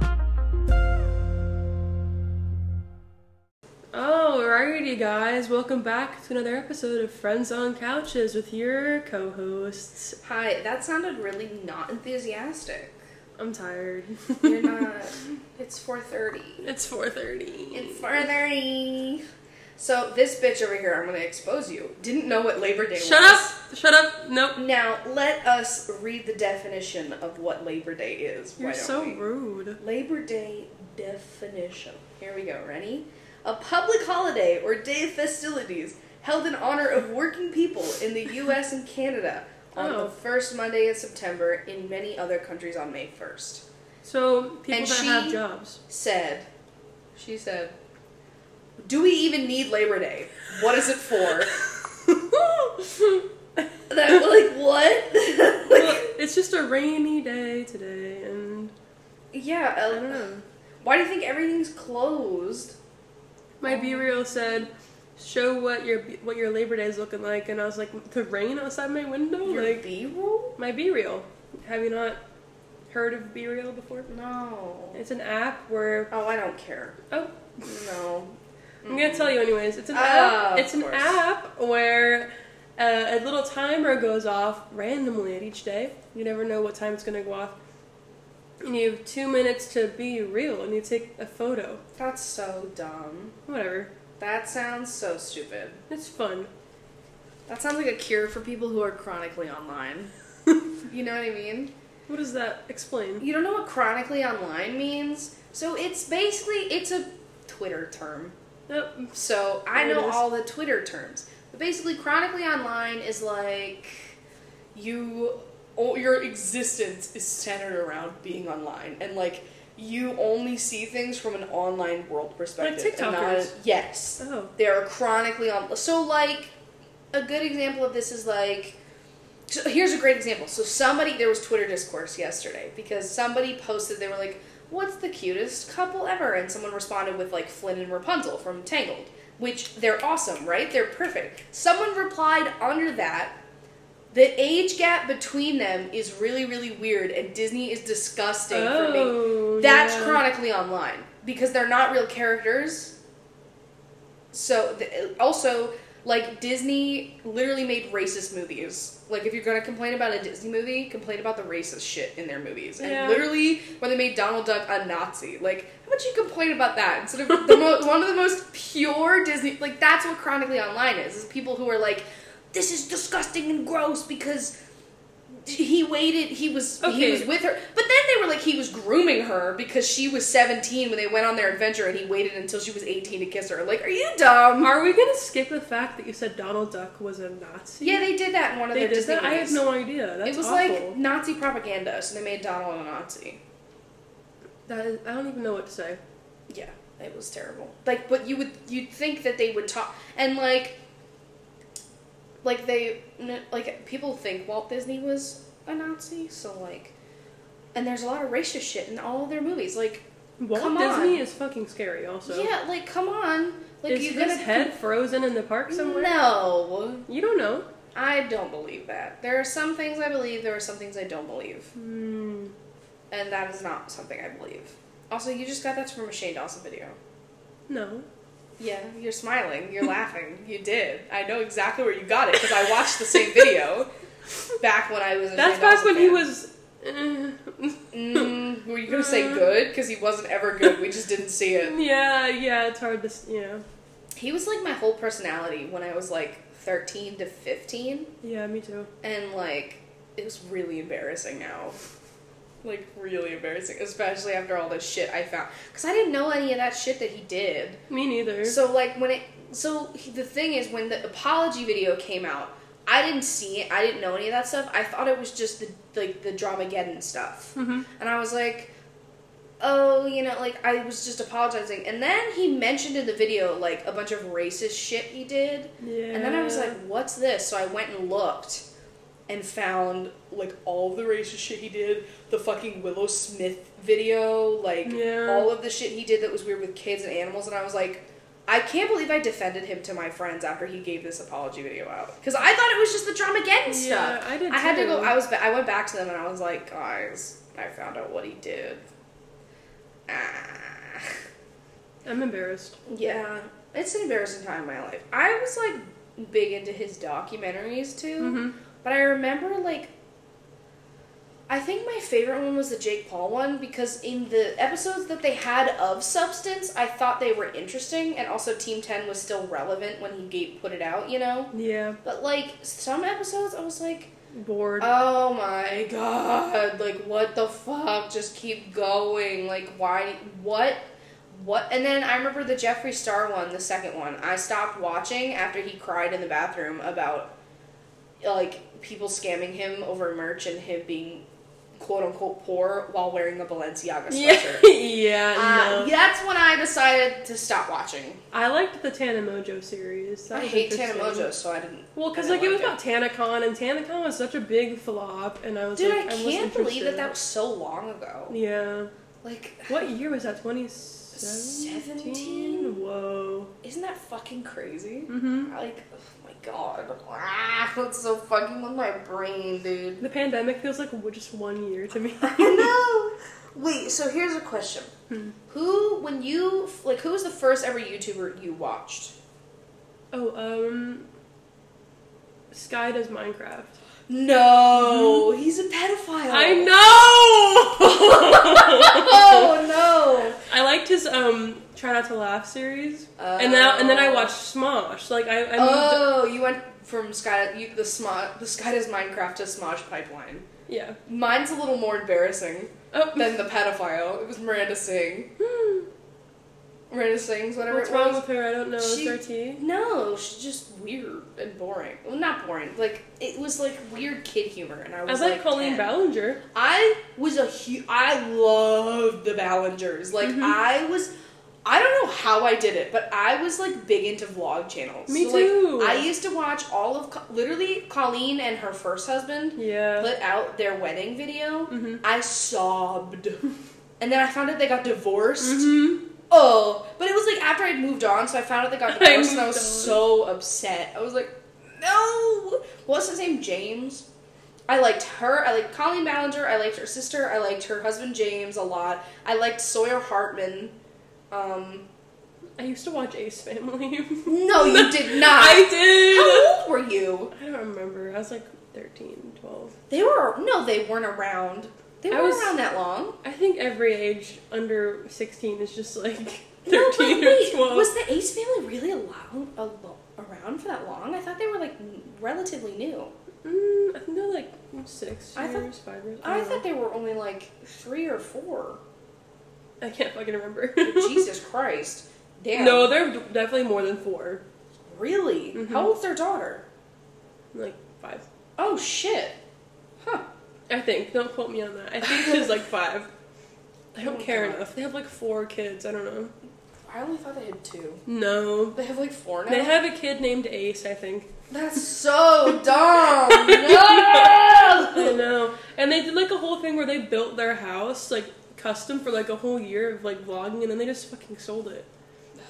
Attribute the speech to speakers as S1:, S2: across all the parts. S1: you Oh, guys. Welcome back to another episode of Friends on Couches with your co hosts.
S2: Hi, that sounded really not enthusiastic.
S1: I'm tired.
S2: You're not. it's 4:30.
S1: It's 4.30.
S2: It's 4:30. So this bitch over here, I'm gonna expose you. Didn't know what Labor Day
S1: Shut
S2: was.
S1: up! Shut up! Nope.
S2: Now let us read the definition of what Labor Day is.
S1: You're
S2: why don't
S1: so
S2: we?
S1: rude.
S2: Labor Day definition. Here we go, ready? A public holiday or day of festivities held in honor of working people in the US and Canada on
S1: Oh.
S2: the first Monday in September, in many other countries on May 1st.
S1: So, people
S2: And
S1: that
S2: she-
S1: have jobs.
S2: Said, she said, Do we even need Labor Day? What is it for? And I'm like, What?
S1: Well,
S2: Like,
S1: it's just a rainy day today, and
S2: yeah,
S1: I don't
S2: uh,
S1: know.
S2: why do you think everything's closed?
S1: My B reel said, "Show what your what your Labor Day is looking like," and I was like, "The rain outside my window."
S2: Your
S1: like
S2: B roll?
S1: my B reel. Have you not heard of B reel before?
S2: No.
S1: It's an app where
S2: Oh, I don't care.
S1: oh,
S2: No.
S1: I'm gonna tell you anyways. It's an
S2: Ah,
S1: app.
S2: of
S1: It's an
S2: course.
S1: app where uh, a little timer goes off randomly at each day. You never know what time it's gonna go off. And you have two minutes to be real, and you take a photo.
S2: That's so dumb.
S1: Whatever.
S2: That sounds so stupid.
S1: It's fun.
S2: That sounds like a cure for people who are chronically online. you know what I mean?
S1: What does that explain?
S2: You don't know what chronically online means? So it's basically it's a Twitter term.
S1: Oh,
S2: So I
S1: There it
S2: know
S1: is.
S2: all the Twitter terms. But basically chronically online is like you oh, your existence is centered around being online and like you only see things from an online world perspective. and not-
S1: TikTokers.
S2: yes.
S1: oh.
S2: they're chronically on so like a good example of this is like so here's a great example so somebody there was twitter discourse yesterday because somebody posted they were like what's the cutest couple ever and someone responded with like flynn and rapunzel from tangled which they're awesome right they're perfect someone replied under that the age gap between them is really really weird and disney is disgusting for me
S1: Oh,
S2: that's
S1: yeah.
S2: chronically online because they're not real characters. So th- also like Disney literally made racist movies. Like if you're gonna complain about a Disney movie, complain about the racist shit in their movies. And
S1: Yeah.
S2: literally when they made Donald Duck a Nazi, like how about you complain about that instead of the mo- one of the most pure Disney? Like that's what chronically online is: is people who are like, this is disgusting and gross because. He waited. He was
S1: Okay.
S2: he was with her, but then they were like he was grooming her because she was seventeen when they went on their adventure, and he waited until she was eighteen to kiss her. Like, are you dumb?
S1: Are we gonna skip the fact that you said Donald Duck was a Nazi?
S2: Yeah, they did that in one of
S1: They
S2: their
S1: did
S2: Disney
S1: that? I had
S2: movies.
S1: no idea. That's
S2: it was
S1: awful.
S2: like Nazi propaganda, so they made Donald a Nazi.
S1: That is, I don't even know what to say.
S2: Yeah, it was terrible. Like, but you would you'd think that they would talk and like, like they n- like people think Walt Disney was a Nazi, so like, and there's a lot of racist shit in all of their movies. Like,
S1: Walt
S2: Come
S1: Disney
S2: on.
S1: is fucking scary. Also,
S2: yeah, like come on, like
S1: is
S2: you
S1: his
S2: gotta-
S1: head frozen in the park somewhere?
S2: No,
S1: You don't know.
S2: I don't believe that. There are some things I believe. There are some things I don't believe.
S1: Hmm.
S2: and that is not something I believe. Also, you just got that from a Shane Dawson video.
S1: no.
S2: Yeah, you're smiling, you're laughing. You did. I know exactly where you got it because I watched the same video back when I was. A
S1: That's
S2: Shane
S1: back
S2: Dawson
S1: when he
S2: fan.
S1: was. eh,
S2: Mm, were you gonna say good? Because he wasn't ever good. We just didn't see it.
S1: eh, yeah, yeah. It's hard to. s- Yeah,
S2: He was like my whole personality when I was like 13 to 15,
S1: yeah. Me too.
S2: and like it was really embarrassing now. Like really embarrassing, especially after all the shit I found. Because I didn't know any of that shit that he did.
S1: Me neither.
S2: So like when it so he- the thing is when the apology video came out, I didn't see it. I didn't know any of that stuff. I thought it was just the like the Dramageddon stuff.
S1: Mhm.
S2: And I was like, "Oh, you know, like I was just apologizing." And then he mentioned in the video like a bunch of racist shit he did.
S1: Yeah.
S2: And then I was like, what's this? So I went and looked and found like all of the racist shit he did, the fucking Willow Smith video, like
S1: Yeah.
S2: all of the shit he did that was weird with kids and animals, and I was like, I can't believe I defended him to my friends after he gave this apology video out because I thought it was just the drama again
S1: Yeah,
S2: stuff.
S1: I did
S2: I had to go.
S1: too.
S2: I was. ba- I went back to them and I was like, guys, I found out what he did. Ah.
S1: I'm embarrassed.
S2: Yeah, it's an embarrassing time in my life. I was like big into his documentaries too,
S1: Mm-hmm.
S2: but I remember like I think my favorite one was the Jake Paul one because in the episodes that they had of Substance, I thought they were interesting and also Team 10 was still relevant when he gave, put it out, you know?
S1: Yeah,
S2: But like some episodes I was like,
S1: bored.
S2: "Oh my god, like what the fuck? Just keep going. Like why what what?" And then I remember the Jeffree Star one, the second one. I stopped watching after he cried in the bathroom about like people scamming him over merch and him being quote unquote poor while wearing a Balenciaga
S1: yeah,
S2: sweatshirt.
S1: yeah,
S2: Uh,
S1: no.
S2: that's when I decided to stop watching.
S1: I liked the Tana Mojo series. That
S2: I
S1: was
S2: hate Tana
S1: interesting.
S2: Mojo, so I didn't.
S1: Well, because
S2: I
S1: like
S2: didn't
S1: it was
S2: like
S1: about TanaCon, and TanaCon was such a big flop, and I was
S2: Dude,
S1: like, was
S2: I can't believe that
S1: interested.
S2: that was so long ago.
S1: Yeah.
S2: Like,
S1: What year was that? 2017?
S2: Seventeen?
S1: Whoa.
S2: Isn't that fucking crazy?
S1: hmm
S2: Like, oh my god. Ah, that's so fucking with my brain, dude.
S1: The pandemic feels like w- just one year to me.
S2: I know. Wait, so here's a question.
S1: Hmm.
S2: Who, when you, like, who was the first ever YouTuber you watched?
S1: oh, um. Sky does Minecraft.
S2: No, he's a pedophile.
S1: I know!
S2: Oh no.
S1: I liked his um Try Not to Laugh series. And now and then I watched Smosh. Like I, I moved
S2: oh, you went from Sky you, the Smo- the Sky does Minecraft to Smosh Pipeline.
S1: Yeah.
S2: Mine's a little more embarrassing
S1: Oh
S2: than the pedophile. It was Miranda Singh.
S1: hmm.
S2: Miranda Sings, whatever
S1: What's
S2: it was.
S1: wrong with her? I don't know.
S2: She-
S1: SRT?
S2: no, she's just weird and boring. Well, not boring. Like it was like weird kid humor, and I
S1: I
S2: was
S1: like
S2: like
S1: Colleen
S2: 10.
S1: Ballinger.
S2: I was a hu- I loved the Ballingers. Like
S1: Mhm.
S2: I was I don't know how I did it, but I was like big into vlog channels.
S1: Me
S2: so, like,
S1: too.
S2: I used to watch all of Co- literally Colleen and her first husband
S1: Yeah.
S2: put out their wedding video.
S1: Mm-hmm.
S2: I sobbed. And then I found out they got divorced.
S1: Mm-hmm.
S2: Oh, but it was like after I'd moved on, so I found out they got
S1: I
S2: divorced, and I
S1: moved on.
S2: was so upset. I was like, no. What's his name? James. I liked her. I liked Colleen Ballinger. I liked her sister. I liked her husband James a lot. I liked Sawyer Hartman. Um,
S1: I used to watch Ace Family.
S2: no, you did not.
S1: I did.
S2: How old were you?
S1: I don't remember. I was like 13, 12.
S2: They were no, they weren't around. They
S1: I
S2: weren't
S1: was-
S2: around that long.
S1: I think every age under 16 is just like 13
S2: No, but wait,
S1: or 12.
S2: was the Ace family really alone, alo- around for that long? I thought they were like n- relatively new.
S1: Mm, I think they're like six
S2: I thought-
S1: years, five years.
S2: I
S1: don't know.
S2: thought they were only like three or four.
S1: I can't fucking remember.
S2: Jesus Christ. Damn.
S1: No, they're d- definitely more than four.
S2: Really?
S1: Mhm.
S2: How old's their daughter?
S1: Like five.
S2: Oh, shit. Huh.
S1: I think. Don't quote me on that. I think she's like five. I
S2: Oh
S1: don't
S2: my
S1: care
S2: God.
S1: enough. They have like four kids. I don't know.
S2: I only thought they had two.
S1: No.
S2: They have like four now?
S1: They have a kid named Ace, I think.
S2: That's so dumb.
S1: I
S2: No!
S1: know. And they did like a whole thing where they built their house like custom for like a whole year of like vlogging, and then they just fucking sold it.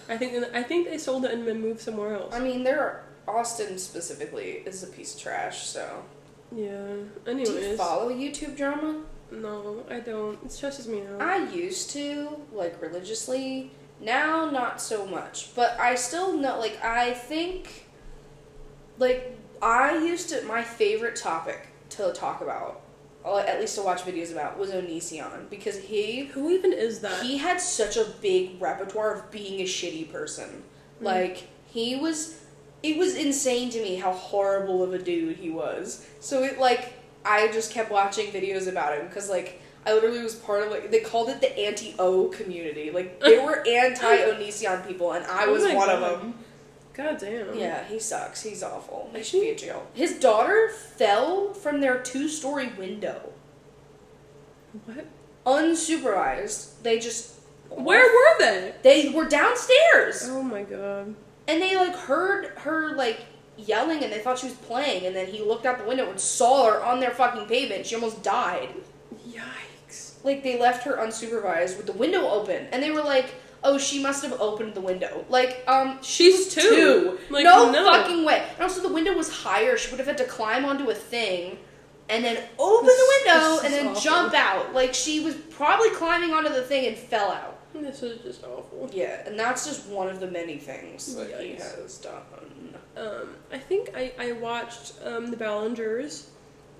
S1: I think I think they sold it and then moved somewhere else.
S2: I mean, they're. Austin specifically is a piece of trash, so.
S1: Yeah.
S2: Do you
S1: Anyways,
S2: follow YouTube drama?
S1: no, I don't. It stresses me out.
S2: I used to, like, religiously. Now, not so much. But I still know, like, I think, like, I used to, my favorite topic to talk about, or at least to watch videos about, was Onision. Because he,
S1: Who even is that?
S2: he had such a big repertoire of being a shitty person.
S1: Mm.
S2: Mm-hmm. Like, he was, it was insane to me how horrible of a dude he was. So it, like, I just kept watching videos about him because, like, I literally was part of like they called it the anti O community. Like they were anti Onision people, and I
S1: Oh
S2: was
S1: my
S2: one
S1: God.
S2: of them.
S1: God damn.
S2: Yeah, he sucks. He's awful. He
S1: Is
S2: should be
S1: he?
S2: in jail. His daughter fell from their two story window,
S1: What?
S2: unsupervised. They just
S1: Where were they?
S2: they were downstairs,
S1: Oh my god.
S2: and they like heard her like yelling, and they thought she was playing, and then he looked out the window and saw her on their fucking pavement. She almost died.
S1: Yikes.
S2: like they left her unsupervised with the window open and they were like oh she must have opened the window like um
S1: She's two.
S2: two
S1: Like,
S2: no,
S1: no.
S2: fucking way and also the window was higher she would have had to climb onto a thing and then open
S1: This-
S2: the window
S1: this
S2: and
S1: is
S2: then
S1: awful.
S2: jump out like she was probably climbing onto the thing and fell out
S1: This is just awful.
S2: Yeah, and that's just one of the many things that he
S1: Yikes.
S2: has done.
S1: Um, I think I, I watched um, The Ballingers.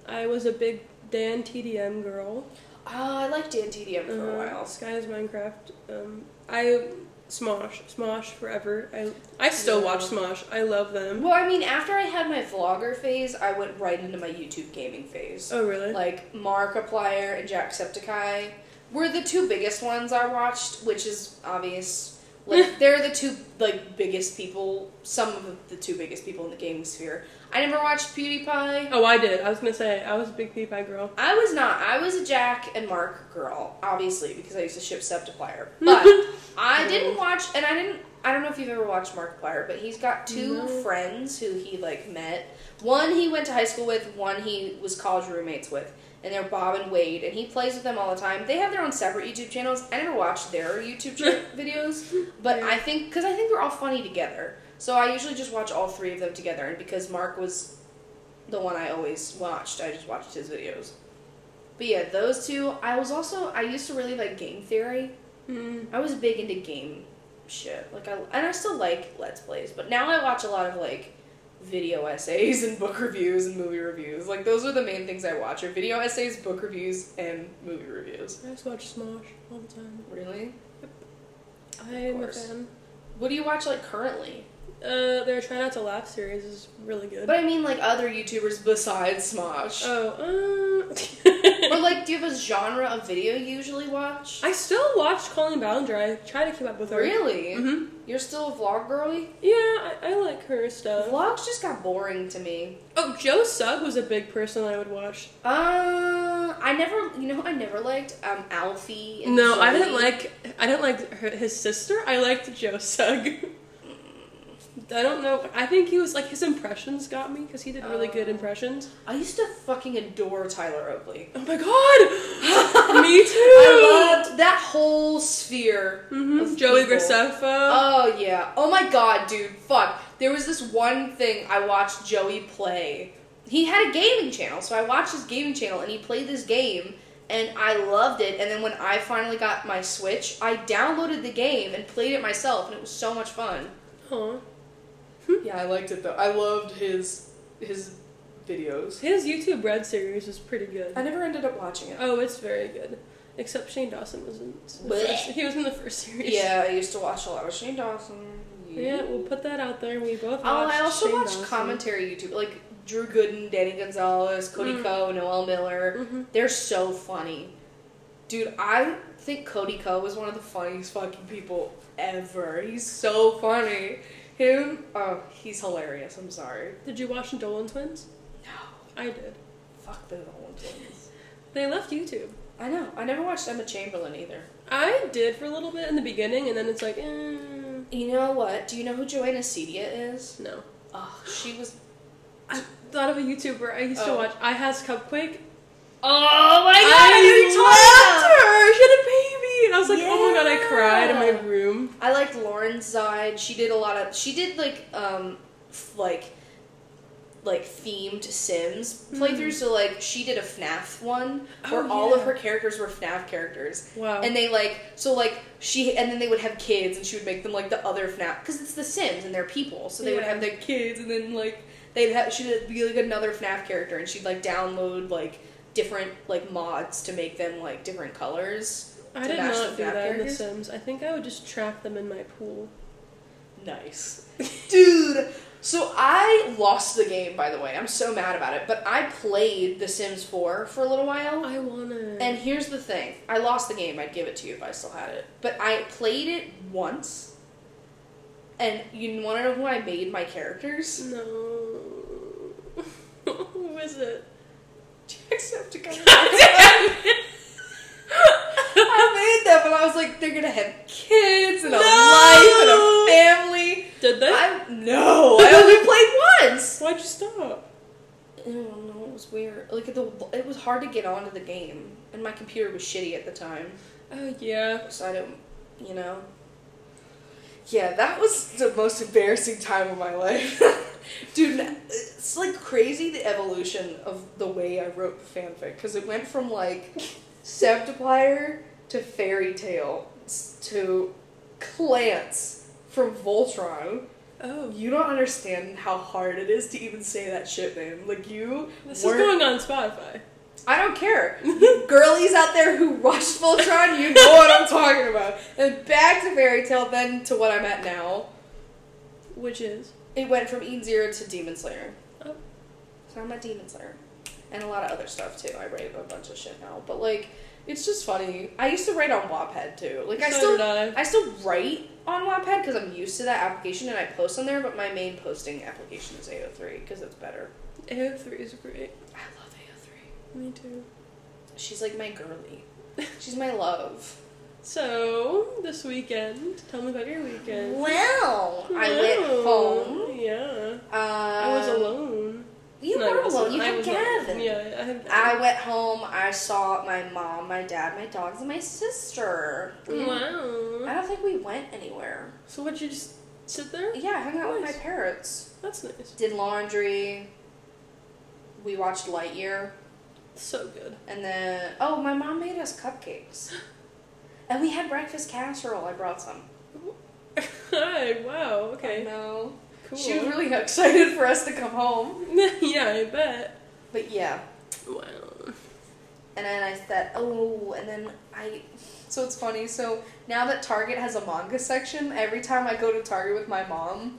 S1: I was a big Dan TDM girl.
S2: Oh, I liked Dan TDM for a
S1: Uh,
S2: while.
S1: Sky is Minecraft. Um, I Smosh, Smosh forever. I I still watch Smosh. I love them.
S2: Well, I mean, after I had my vlogger phase, I went right into my YouTube gaming phase.
S1: Oh really?
S2: Like Markiplier and Jacksepticeye were the two biggest ones I watched, which is obvious. Like they're the two like biggest people, some of the two biggest people in the gaming sphere. I never watched PewDiePie.
S1: oh, I did. I was gonna say I was a big PewDiePie girl.
S2: I was not. I was a Jack and Mark girl, obviously, because I used to ship Septiplier. But I didn't watch, and I didn't. I don't know if you've ever watched Markiplier, but he's got two
S1: No.
S2: friends who he like met. One he went to high school with, one he was college roommates with, and they're Bob and Wade, and he plays with them all the time. They have their own separate YouTube channels. I never watched their YouTube cha- videos, but
S1: Yeah.
S2: I think because I think they're all funny together, so I usually just watch all three of them together. And because Mark was the one I always watched, I just watched his videos. But yeah, those two. I was also I used to really like game theory.
S1: Mm.
S2: I was big into game shit. Like I and I still like let's plays, but now I watch a lot of like video essays and book reviews and movie reviews. Like those are the main things I watch: are video essays, book reviews, and movie reviews.
S1: I just watch Smosh all the time.
S2: Really?
S1: I am a
S2: course.
S1: fan.
S2: What do you watch like currently?
S1: Uh, their Try Not to Laugh series is really good.
S2: But I mean like other YouTubers besides Smosh.
S1: oh, uh,
S2: or like, do you have a genre of video you usually watch?
S1: I still watch Colleen Ballinger. I try to keep up with her.
S2: really?
S1: hmm
S2: You're still a vlog girly?
S1: Yeah, I, I like her stuff.
S2: Vlogs just got boring to me.
S1: Oh, Joe Sugg was a big person I would watch.
S2: Uh, I never, you know, who I never liked um Alfie. And
S1: No, I didn't
S2: Zoe?
S1: like. I didn't like her, his sister. I liked Joe Sugg. I don't know. I think he was like his impressions got me because he did really good
S2: Oh.
S1: impressions.
S2: I used to fucking adore Tyler Oakley.
S1: Oh my god, me too.
S2: I loved that whole sphere.
S1: Mhm.
S2: of
S1: Joey
S2: people.
S1: Graceffo.
S2: Oh yeah. Oh my god, dude. Fuck. There was this one thing I watched Joey play. He had a gaming channel, so I watched his gaming channel and he played this game and I loved it. And then when I finally got my Switch, I downloaded the game and played it myself and it was so much fun.
S1: Aw.
S2: Yeah, I liked it though. I loved his his videos.
S1: His YouTube Red series is pretty good.
S2: I never ended up watching it.
S1: Oh, it's very good. Except Shane Dawson wasn't. in the
S2: Blech.
S1: first- He was in the first series.
S2: Yeah, I used to watch a lot of Shane Dawson.
S1: Yeah, we'll put that out there. We both.
S2: Oh, I
S1: watched
S2: also
S1: Shane
S2: watched
S1: Dawson.
S2: commentary YouTube, like Drew Gooden, Danny Gonzalez, Cody
S1: Mm.
S2: Ko, Noel Miller.
S1: Mhm.
S2: They're so funny, dude. I think Cody Ko is one of the funniest fucking people ever. He's so funny. Him, oh, he's hilarious. I'm sorry.
S1: Did you watch Dolan Twins?
S2: No,
S1: I did.
S2: fuck the whole twins.
S1: They left YouTube.
S2: I know. I never watched Emma Chamberlain either.
S1: I did for a little bit in the beginning, and then it's like, eh,
S2: You know what? Do you know who Joanna Cedia is?
S1: no.
S2: Oh, she was.
S1: I thought of a YouTuber I used to
S2: Oh.
S1: watch. I has Cupquake.
S2: Oh my
S1: loved her. She had a baby, and I was like, oh my god, I
S2: Yeah.
S1: cried in my room.
S2: I liked Lauren's side. She did a lot of she did like um f- like like themed Sims playthroughs. So like she did a FNAF one where
S1: Hmm. Oh,
S2: all of
S1: yeah.
S2: her characters were FNAF characters.
S1: Wow.
S2: And they like so like she and then they would have kids and she would make them like the other FNAF because it's the Sims and they're people. So they would
S1: Yeah.
S2: have their kids and then like they'd have she'd be like another FNAF character and she'd like download like different like mods to make them like different colors.
S1: I
S2: to
S1: did
S2: match
S1: not
S2: the
S1: do
S2: FNAF
S1: that in The
S2: characters?
S1: Sims. I think I would just trap them in my pool.
S2: Nice. Dude, so I lost the game, by the way. I'm so mad about it. But I played The Sims 4 for a little while.
S1: I wanna.
S2: And here's the thing I lost the game. I'd give it to you if I still had it. But I played it once. And you want to know who I made my characters?
S1: no. Who is it?
S2: Jacksepticeye. I made them, and I was like, they're gonna have kids and a
S1: No!
S2: life and a family.
S1: Did they?
S2: I no, I only played once.
S1: Why'd you stop?
S2: I don't know. It was weird. Like the, it was hard to get onto the game, and my computer was shitty at the time,
S1: Oh yeah.
S2: so I don't, you know. Yeah, that was the most embarrassing time of my life, dude. It's like crazy the evolution of the way I wrote fanfic because it went from like Septiplier to Fairy Tale. S- to Clance from Voltron.
S1: Oh,
S2: You don't understand how hard it is to even say that shit name. Like you,
S1: this
S2: weren't-
S1: is going on Spotify.
S2: I don't care. You girlies out there who watched Voltron, you know what I'm talking about. And back to Fairy Tale, then to what I'm at now.
S1: Which is
S2: It went from Eden Zero to Demon Slayer.
S1: Oh.
S2: So I'm at Demon Slayer. And a lot of other stuff too. I write a bunch of shit now. But like, it's just funny. I used to write on Wattpad too. Like I
S1: So
S2: still
S1: did I.
S2: I still write on Wattpad because I'm used to that application and I post on there, but my main posting application is AO3 because it's better.
S1: AO3 is great.
S2: I love AO3.
S1: Me too.
S2: She's like my girly. She's my love.
S1: So this weekend, tell me about your weekend.
S2: Well, I
S1: Wow.
S2: went home.
S1: Yeah,
S2: Uh,
S1: I was alone.
S2: You
S1: No, I
S2: were
S1: wasn't.
S2: alone. You
S1: I
S2: had
S1: was not.
S2: Gavin.
S1: Yeah, I had.
S2: I went home. I saw my mom, my dad, my dogs, and my sister. We- I
S1: Wow.
S2: don't think we went anywhere.
S1: So what you just sit there?
S2: Yeah, I hung out with
S1: Nice.
S2: my parents.
S1: That's nice.
S2: Did laundry. We watched Lightyear.
S1: So good.
S2: And then, oh, my mom made us cupcakes. And we had breakfast casserole. I brought some.
S1: Hi. Wow. Okay.
S2: No.
S1: Cool.
S2: She was really excited for us to come home.
S1: yeah, I bet.
S2: But yeah.
S1: Wow.
S2: And then I said, oh, and then I. So it's funny. So now that Target has a manga section, every time I go to Target with my mom,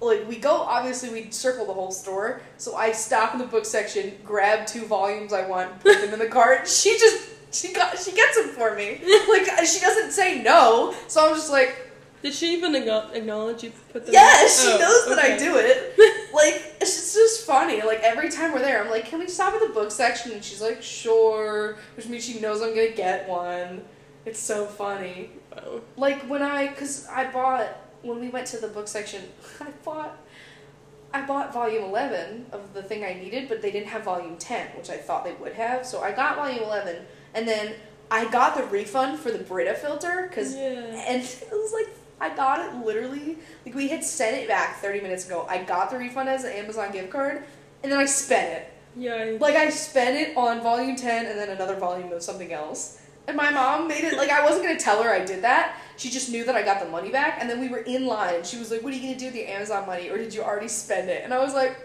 S2: like we go, obviously we circle the whole store. So I stop in the book section, grab two volumes I want, put them in the cart. She just she got she gets them for me. Like she doesn't say no. So I'm just like,
S1: Did she even acknow- acknowledge you put them?
S2: yeah,
S1: in?
S2: she
S1: Oh,
S2: knows that I
S1: okay.
S2: do it. Like it's just- just funny. Like every time we're there, I'm like, "Can we stop at the book section?" And she's like, "Sure," which means she knows I'm gonna get one. It's so funny.
S1: Wow.
S2: Like when I, cause I bought when we went to the book section, I bought, I bought volume eleven of the thing I needed, but they didn't have volume ten, which I thought they would have. So I got volume eleven, and then I got the refund for the Brita filter, cause
S1: Yeah.
S2: and it was like I got it literally like we had sent it back 30 minutes ago. I got the refund as an Amazon gift card and then I spent it.
S1: Yeah. I-
S2: Like I spent it on volume 10 and then another volume of something else. And my mom made it like I wasn't gonna tell her I did that. She just knew that I got the money back and then we were in line and she was like, What are you gonna do with the Amazon money or did you already spend it? And I was like,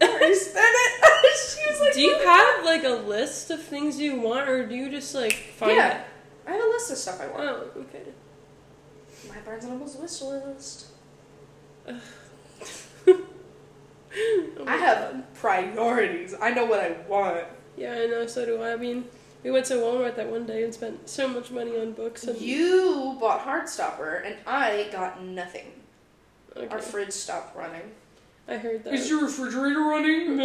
S2: I already spent it. she was like,
S1: do you have like a list of things you want, or do you just like find
S2: Yeah.
S1: it?
S2: I have a list of stuff I want.
S1: Oh, okay.
S2: My Barnes and Noble's wish list.
S1: Oh my God.
S2: I have priorities. I know what I want.
S1: Yeah, I know. So do I. I mean, we went to Walmart that one day and spent so much money on books. And
S2: You bought Heartstopper and I got nothing.
S1: Okay.
S2: Our fridge stopped running.
S1: I heard that.
S2: your refrigerator running?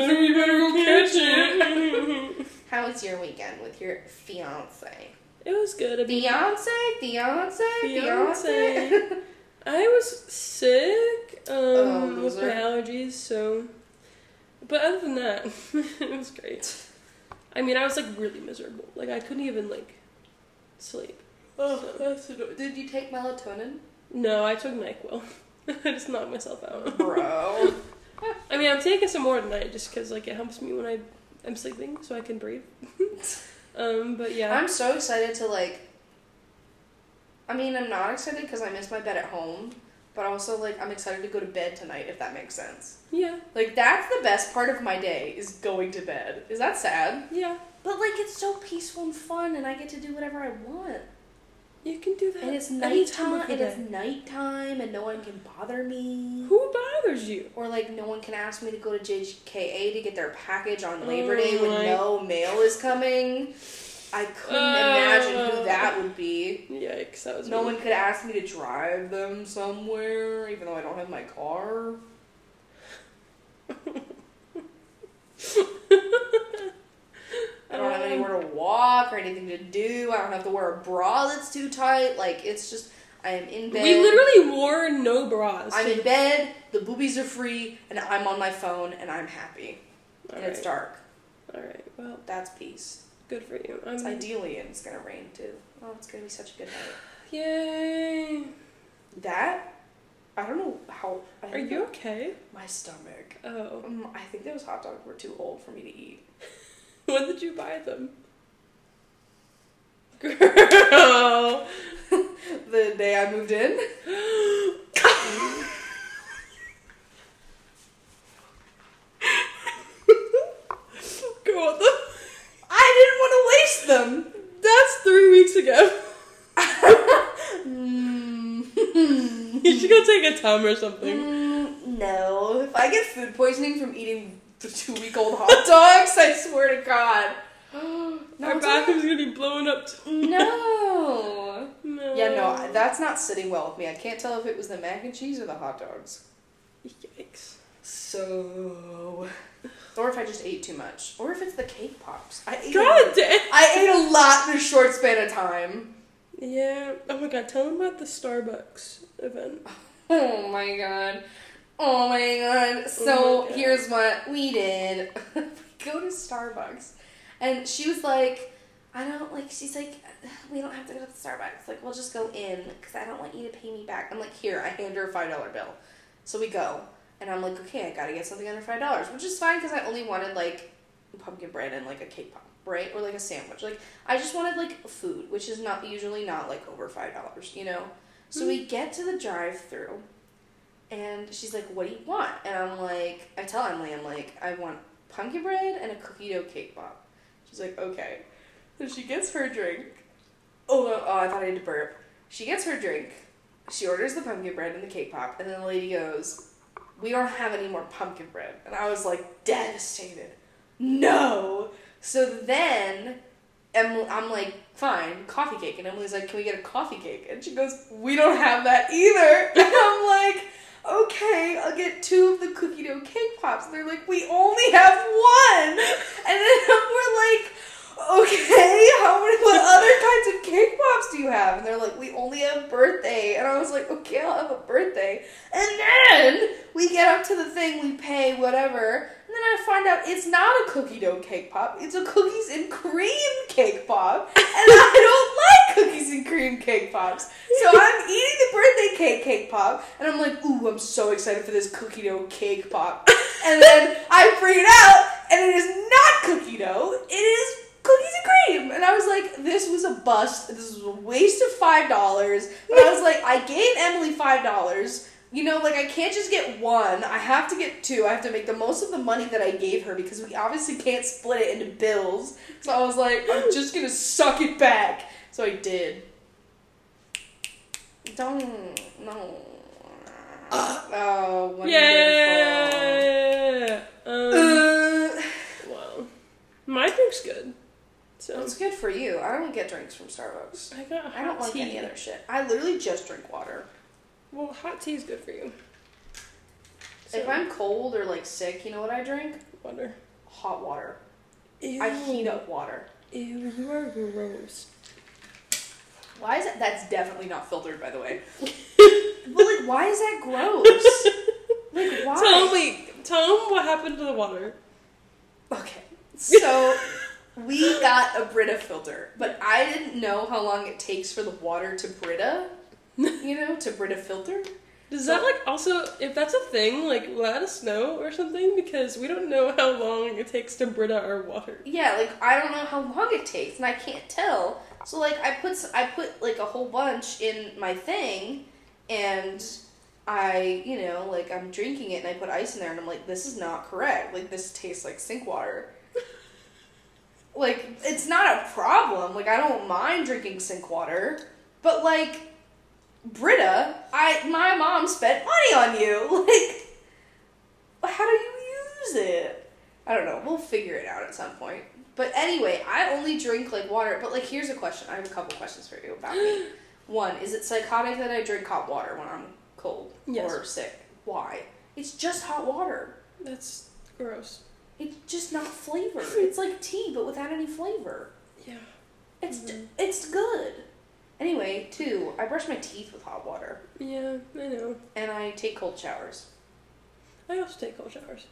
S2: How was your weekend with your fiance?
S1: It was good. I mean,
S2: Fiance, fiance,
S1: Fiance.
S2: fiance.
S1: I was sick um,
S2: Oh,
S1: with my
S2: loser.
S1: allergies, so. But other than that, it was great. I mean, I was like really miserable. Like I couldn't even like sleep.
S2: oh, that's annoying. Did you take melatonin?
S1: No, I took Nyquil. I just knocked myself out.
S2: Bro.
S1: I mean, I'm taking some more tonight just because like it helps me when I am sleeping, so I can breathe. um, but yeah,
S2: I'm so excited to like. I mean, I'm not excited because I miss my bed at home, but also like I'm excited to go to bed tonight if that makes sense.
S1: yeah,
S2: Like that's the best part of my day is going to bed. Is that sad?
S1: yeah.
S2: But like it's so peaceful and fun, and I get to do whatever I want.
S1: You can do that.
S2: And it's
S1: any time
S2: nighttime.
S1: of the
S2: And it's
S1: day.
S2: nighttime, and no one can bother me.
S1: Who bothers you?
S2: Or like no one can ask me to go to JKA to get their package on Labor Day
S1: Oh
S2: when
S1: my-
S2: no mail is coming. I couldn't imagine who that would be.
S1: Yikes, that was
S2: No
S1: me.
S2: one could ask me to drive them somewhere, even though I don't have my car. I don't have anywhere to walk or anything to do. I don't have to wear a bra that's too tight. Like it's just I am in bed.
S1: We literally wore no bras.
S2: I'm in bed. The boobies are free, and I'm on my phone, and I'm happy. and it's dark.
S1: All right. Well,
S2: That's peace.
S1: good for you. I'm
S2: It's ideally, and it's gonna rain too. Oh, it's gonna be such a good night.
S1: Yay.
S2: That I don't know how. I
S1: Are
S2: think
S1: you okay?
S2: that- My stomach.
S1: Oh.
S2: Um, I think those hot dogs were too old for me to eat.
S1: When did you buy them? Girl.
S2: The day I moved in.
S1: Girl, what the?
S2: I didn't want to lace them.
S1: That's three weeks ago.
S2: Mm.
S1: You should go take a Tums or something.
S2: Mm, no. If I get food poisoning from eating the two week old hot dogs, I swear to God. no,
S1: Our
S2: it's okay.
S1: bathroom's gonna be blown up. T-
S2: no.
S1: no.
S2: Yeah, no, I- that's not sitting well with me. I can't tell if it was the mac and cheese or the hot dogs.
S1: Yikes.
S2: So. Or if I just ate too much. Or if it's the cake pops. I ate,
S1: God damn.
S2: A, I ate a lot in a short span of time.
S1: Yeah. Oh my god, tell them about the Starbucks event.
S2: Oh my god. Oh my god. So
S1: Oh my God.
S2: here's what we did. we go to Starbucks. And she was like, I don't like, she's like, we don't have to go to the Starbucks. Like, we'll just go in because I don't want you to pay me back. I'm like, here, I hand her a $5 bill. So we go. And I'm like, okay, I gotta get something under $5, which is fine because I only wanted like pumpkin bread and like a cake pop, right? Or like a sandwich. Like, I just wanted like food, which is not usually not like over $5, you know? So we get to the drive through and she's like, What do you want? And I'm like, I tell Emily, I'm like, I want pumpkin bread and a cookie dough cake pop. She's like, Okay. So she gets her drink. Oh, oh, oh, I thought I had to burp. She gets her drink. She orders the pumpkin bread and the cake pop. And then the lady goes, We don't have any more pumpkin bread. And I was like, Devastated. No. So then Emily, I'm like, fine, coffee cake. And Emily's like, can we get a coffee cake? And she goes, we don't have that either. And I'm like, okay, I'll get two of the cookie dough cake pops. And they're like, we only have one. And then we're like, okay, how many, what other kinds of cake pops do you have? And they're like, we only have birthday. And I was like, okay, I'll have a birthday. And then we get up to the thing, we pay, whatever. And then I find out it's not a cookie dough cake pop. It's a cookies and cream cake pop. And I don't like cookies and cream cake pops. So I'm eating the birthday cake cake pop. And I'm like, ooh, I'm so excited for this cookie dough cake pop. And then I bring it out, and it is not cookie dough. It is cookies and cream. And I was like, this was a bust. This was a waste of $5. But I was like, I gave Emily $5. You know, like I can't just get one. I have to get two. I have to make the most of the money that I gave her because we obviously can't split it into bills. So I was like, I'm just gonna suck it back. So I did. Don't no. Oh, wonderful.
S1: Yeah. Um,
S2: Uh,
S1: wow. My drink's good. So
S2: it's good for you. I don't get drinks from Starbucks.
S1: I got hot
S2: I don't like
S1: tea.
S2: any other shit. I literally just drink water.
S1: Well, hot tea is good for you.
S2: If
S1: So,
S2: I'm cold or like sick, you know what I drink?
S1: water.
S2: Hot water.
S1: Ew.
S2: I heat up water.
S1: Ew, you are gross.
S2: Why is that? That's definitely not filtered, by the way. but like, why is that gross? Like, why?
S1: Tell him, wait, tell him what happened to the water.
S2: Okay, so we got a Brita filter, but I didn't know how long it takes for the water to Brita. You know, to Brita filter.
S1: Does that like also if that's a thing, like let us know or something because we don't know how long it takes to Brita our water.
S2: Yeah, like I don't know how long it takes, and I can't tell. So like, I put s- I put like a whole bunch in my thing, and I you know like I'm drinking it, and I put ice in there, and I'm like, this is not correct. Like this tastes like sink water. like it's not a problem. Like I don't mind drinking sink water, but like Brita, I my mom spent money on you. Like, how do you use it? I don't know. We'll figure it out at some point. But anyway, I only drink like water. But like, here's a question. I have a couple questions for you about me. One, is it psychotic that I drink hot water when I'm cold
S1: Yes.
S2: or sick? Why? It's just hot water.
S1: That's gross.
S2: It's just not flavored. It's like tea, but without any flavor.
S1: Yeah.
S2: It's it's good. Anyway, two, I brush my teeth with hot water,
S1: Yeah, I know.
S2: and I take cold showers.
S1: I also take cold showers.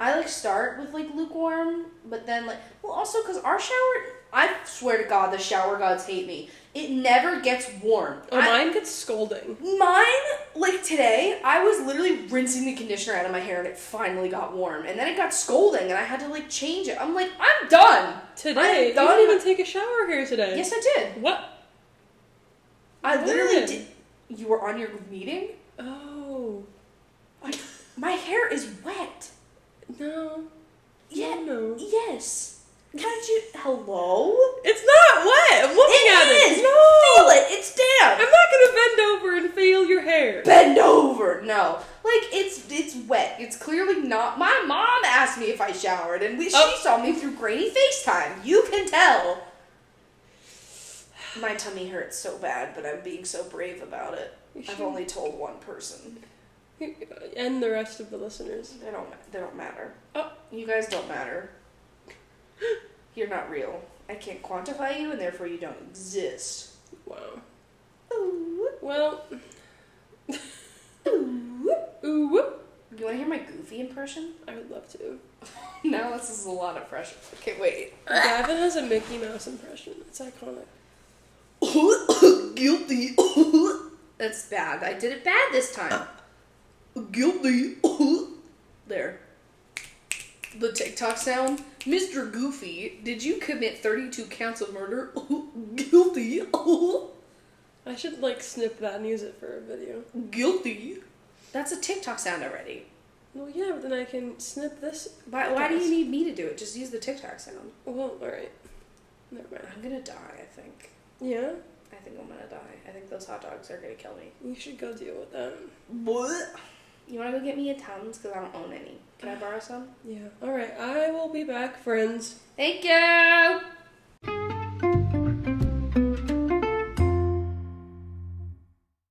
S2: I like start with like lukewarm, but then like well also because our shower, I swear to God, the shower gods hate me. It never gets warm.
S1: Oh,
S2: I-
S1: mine gets scolding.
S2: Mine, like today, I was literally rinsing the conditioner out of my hair and it finally got warm. And then it got scolding and I had to like change it. I'm like, I'm done.
S1: Today, you
S2: done
S1: didn't even take a shower here today.
S2: Yes, I did.
S1: What?
S2: I literally
S1: Good.
S2: did. you were on your meeting.
S1: Oh
S2: Like, my hair is wet.
S1: no.
S2: Yeah.
S1: No, no.
S2: Yes. How did you? Hello.
S1: It's not wet. I'm looking at
S2: It is.
S1: it. No.
S2: Feel it. It's damp.
S1: I'm not gonna bend over and feel your hair.
S2: bend over. No, like it's it's wet. It's clearly not. My mom asked me if I showered, and we, she
S1: Oh.
S2: saw me through grainy FaceTime. You can tell. My tummy hurts so bad, but I'm being so brave about it.
S1: You
S2: I've
S1: should-
S2: only told one person.
S1: And the rest of the listeners.
S2: They don't. ma- They don't matter.
S1: Oh.
S2: You guys don't matter. You're not real. I can't quantify you, and therefore you don't exist.
S1: Wow.
S2: Ooh,
S1: Well.
S2: ooh.
S1: Ooh. whoop.
S2: You want to hear my goofy impression?
S1: I would love to.
S2: now this is a lot of pressure. Okay, wait.
S1: Gavin has a Mickey Mouse impression. It's iconic.
S2: Guilty. That's bad. I did it bad this time. Guilty. there. The TikTok sound. Mr. Goofy, did you commit 32 counts of murder? Guilty.
S1: I should like snip that and use it for a video.
S2: Guilty. That's a TikTok sound already.
S1: Well, yeah, but then I can snip this.
S2: Why, why do you need me to do it? Just use the TikTok sound.
S1: Well, alright. Never mind.
S2: I'm gonna die, I think.
S1: Yeah?
S2: I think I'm gonna die. I think those hot dogs are gonna kill me.
S1: You should go deal with that.
S2: What? You wanna go get me a Tums? Because I don't own any. Can I borrow some?
S1: Yeah. Alright, I will be back, friends.
S2: Thank you.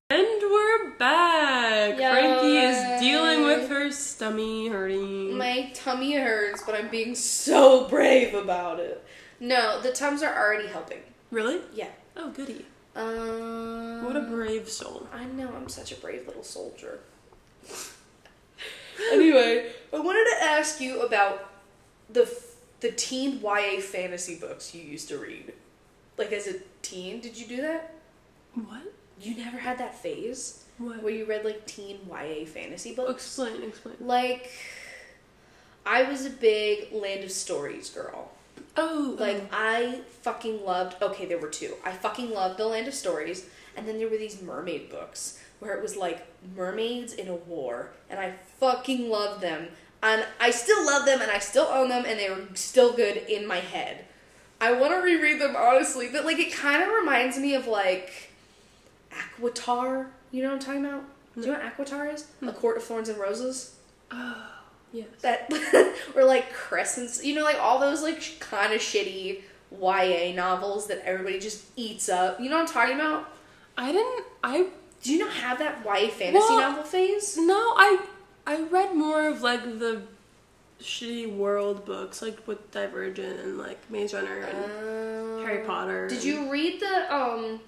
S1: And we're back! Frankie
S2: Yay.
S1: is dealing with her stummy hurting.
S2: My tummy hurts, but I'm being so brave about it. No, the tums are already helping.
S1: really?
S2: Yeah.
S1: Oh, goody.
S2: Um.
S1: What a brave soul.
S2: I know I'm such a brave little soldier. anyway, I wanted to ask you about the f- the teen YA fantasy books you used to read. Like as a teen, did you do that?
S1: What?
S2: You never had that phase
S1: What?
S2: where you read like teen YA fantasy books.
S1: Explain, explain.
S2: Like, I was a big Land of Stories girl.
S1: Oh,
S2: Like, I fucking loved, okay, there were two. I fucking loved the Land of Stories, and then there were these mermaid books where it was like mermaids in a war, and I fucking loved them. And I still love them, and I still own them, and they were still good in my head. I want to reread them, honestly, but like, it kind of reminds me of like Aquatar. You know what I'm talking about? Do you know what Aquatar is? A Court of Thorns and Roses?
S1: oh, yes.
S2: that or like crescents you know like all those like kind of shitty ya novels that everybody just eats up you know what i'm talking about
S1: I didn't. I
S2: do you not have that ya fantasy
S1: Well-
S2: novel phase
S1: No, I I read more of like the shitty world books, like with Divergent and like Maze Runner and Harry Potter.
S2: Uh, did
S1: and-
S2: you read the um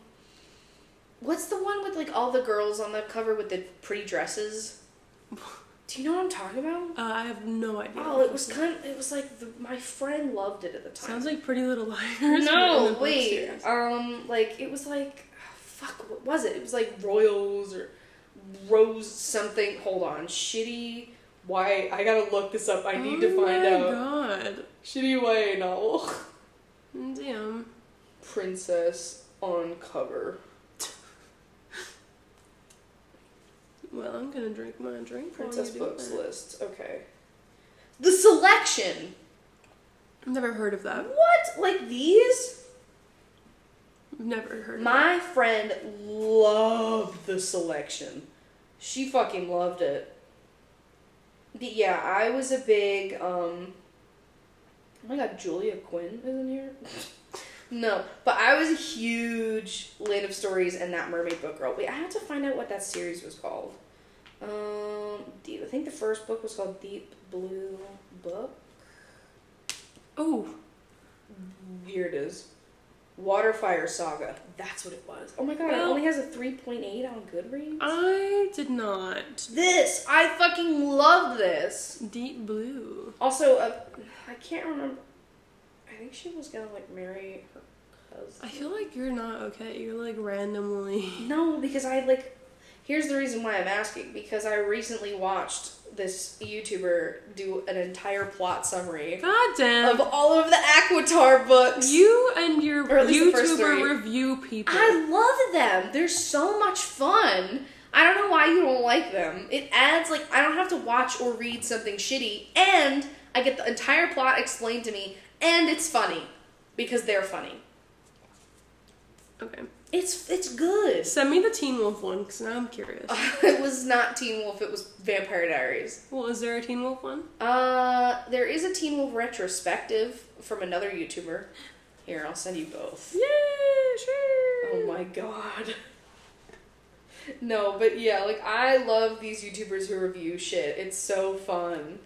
S2: what's the one with like all the girls on the cover with the pretty dresses do you know what i'm talking about
S1: Uh, I have no idea.
S2: oh it was kind of it was like the, my friend loved it at the time
S1: Sounds like Pretty Little Liars. but in the
S2: No,
S1: book
S2: wait.
S1: series.
S2: Um, like it was like, fuck, what was it? It was like Royals or Rose something. Hold on, shitty. Why? I gotta look this up. I need to
S1: Oh
S2: find
S1: my
S2: out.
S1: God.
S2: Shitty YA novel.
S1: Damn.
S2: Princess on cover.
S1: Well, I'm gonna drink my drink. while
S2: Princess
S1: you do
S2: books
S1: that.
S2: list. Okay. The selection.
S1: I've never heard of that.
S2: What? Like these?
S1: Never heard. of
S2: My friend loved the selection. She fucking loved it. But yeah, I was a big um Oh my god, Julia Quinn is in here. no, but I was a huge Land of Stories and that Mermaid Book girl. Wait, I have to find out what that series was called. Um, deep, I think the first book was called Deep Blue Book.
S1: Oh,
S2: Here it is. Waterfire Saga. That's what it was. Oh my god, it
S1: Well-
S2: only has a 3.8 on Goodreads.
S1: I did not.
S2: this! I fucking love this!
S1: Deep Blue.
S2: Also, uh, I can't remember. I think she was gonna like marry her
S1: I
S2: cousin.
S1: feel like you're not okay. You're like randomly.
S2: No, because I like. Here's the reason why I'm asking because I recently watched this YouTuber do an entire plot summary
S1: God damn.
S2: of all of the Aquatar books.
S1: You and your
S2: Or at least the first
S1: YouTuber
S2: three.
S1: review people.
S2: I love them. They're so much fun. I don't know why you don't like them. It adds like I don't have to watch or read something shitty, and I get the entire plot explained to me, and it's funny because they're funny.
S1: okay.
S2: It's it's good.
S1: Send me the Teen Wolf one because now I'm curious.
S2: it was not Teen Wolf. It was Vampire Diaries.
S1: Well, is there a Teen Wolf one?
S2: Uh, there is a Teen Wolf retrospective from another YouTuber. Here, I'll send you both.
S1: Yeah, sure.
S2: Oh my god. No, but yeah, like I love these YouTubers who review shit. It's so fun.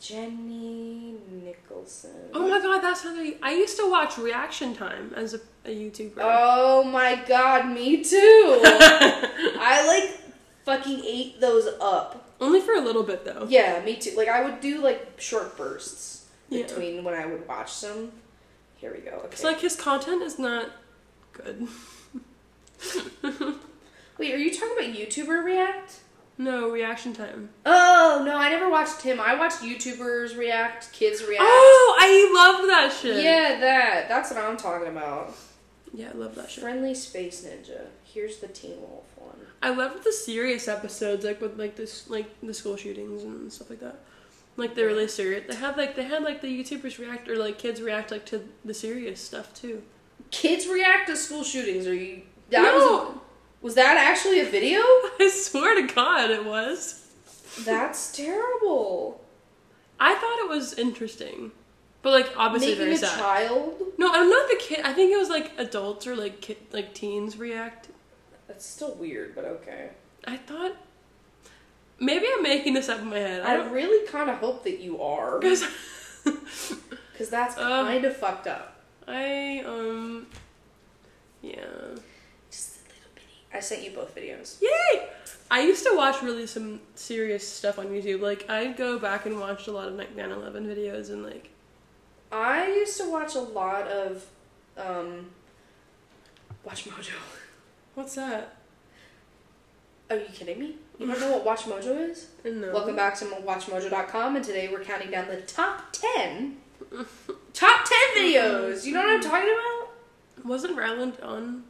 S2: Jenny Nicholson.
S1: Oh my god, that's how they. I used to watch Reaction Time as a, a YouTuber.
S2: Oh my god, me too. I like fucking ate those up.
S1: Only for a little bit though.
S2: Yeah, me too. Like I would do like short bursts
S1: Yeah.
S2: between when I would watch some. Here we go. Okay.
S1: It's like his content is not good.
S2: Wait, are you talking about YouTuber React?
S1: No, Reaction Time.
S2: Oh no, I never watched him. I watched YouTubers react, kids react.
S1: Oh, I love that shit.
S2: Yeah, that. That's what I'm talking about.
S1: Yeah, I love that shit.
S2: Friendly Space Ninja. Here's the Teen Wolf one.
S1: I love the serious episodes, like with like this, like the school shootings and stuff like that. Like they're really serious. They have like they had like the YouTubers react or like kids react like to the serious stuff too.
S2: Kids react to school shootings. Are you? That was,
S1: no,
S2: was that actually a video?
S1: I swear to God, it was.
S2: That's terrible.
S1: I thought it was interesting, but like obviously
S2: Making
S1: very
S2: a
S1: sad.
S2: child.
S1: no, I'm not the kid. I think it was like adults or like kid, like teens react.
S2: That's still weird, but okay.
S1: I thought maybe I'm making this up in my head. I
S2: I
S1: don't
S2: really kind of hope that you are,
S1: because
S2: because that's
S1: Um,
S2: kind of fucked up.
S1: I um yeah.
S2: Just a little bitty. I sent you both videos.
S1: Yay! I used to watch really some serious stuff on YouTube. Like I'd go back and watch a lot of like 9/11 videos and like
S2: I used to watch a lot of, um, Watch Mojo.
S1: what's that?
S2: Are you kidding me? You don't know what Watch Mojo is?
S1: No.
S2: Welcome back to WatchMojo.com, and today we're counting down the top 10. top 10 videos! You know what I'm talking about?
S1: Wasn't Ryland on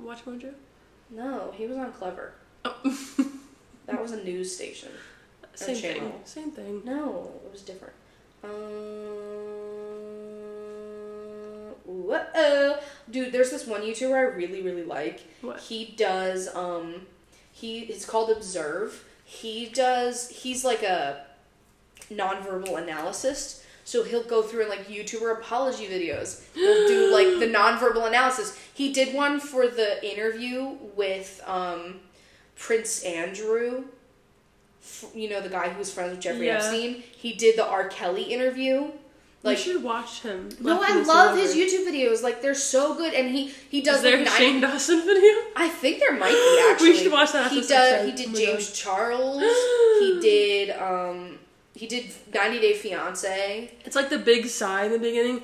S1: Watch Mojo?
S2: No, he was on Clever.
S1: Oh.
S2: That was a news station.
S1: Same thing.
S2: channel.
S1: Same thing.
S2: No, it was different. Um, whoa. Dude, there's this one YouTuber I really, really like.
S1: What?
S2: He does, um, he, it's called Observe. He does, he's like a nonverbal analysis. So he'll go through and like YouTuber apology videos. He'll do like the nonverbal analysis. He did one for the interview with, um, Prince Andrew, f- you know, the guy who was friends with Jeffrey
S1: Yeah.
S2: Epstein. He did the R. Kelly interview.
S1: Like,
S2: Like,
S1: you should watch him.
S2: no, I
S1: Leftovers
S2: love
S1: Forever.
S2: his YouTube videos. Like, they're so good, and he he
S1: Is
S2: does
S1: there
S2: like
S1: a
S2: nine-
S1: Shane Dawson video?
S2: I think there might be actually.
S1: We should watch that
S2: He
S1: after
S2: does.
S1: sex
S2: He
S1: ed.
S2: did
S1: Oh my
S2: James Charles. he did. Um, he did 90 Day Fiance.
S1: It's like the big sigh in the beginning.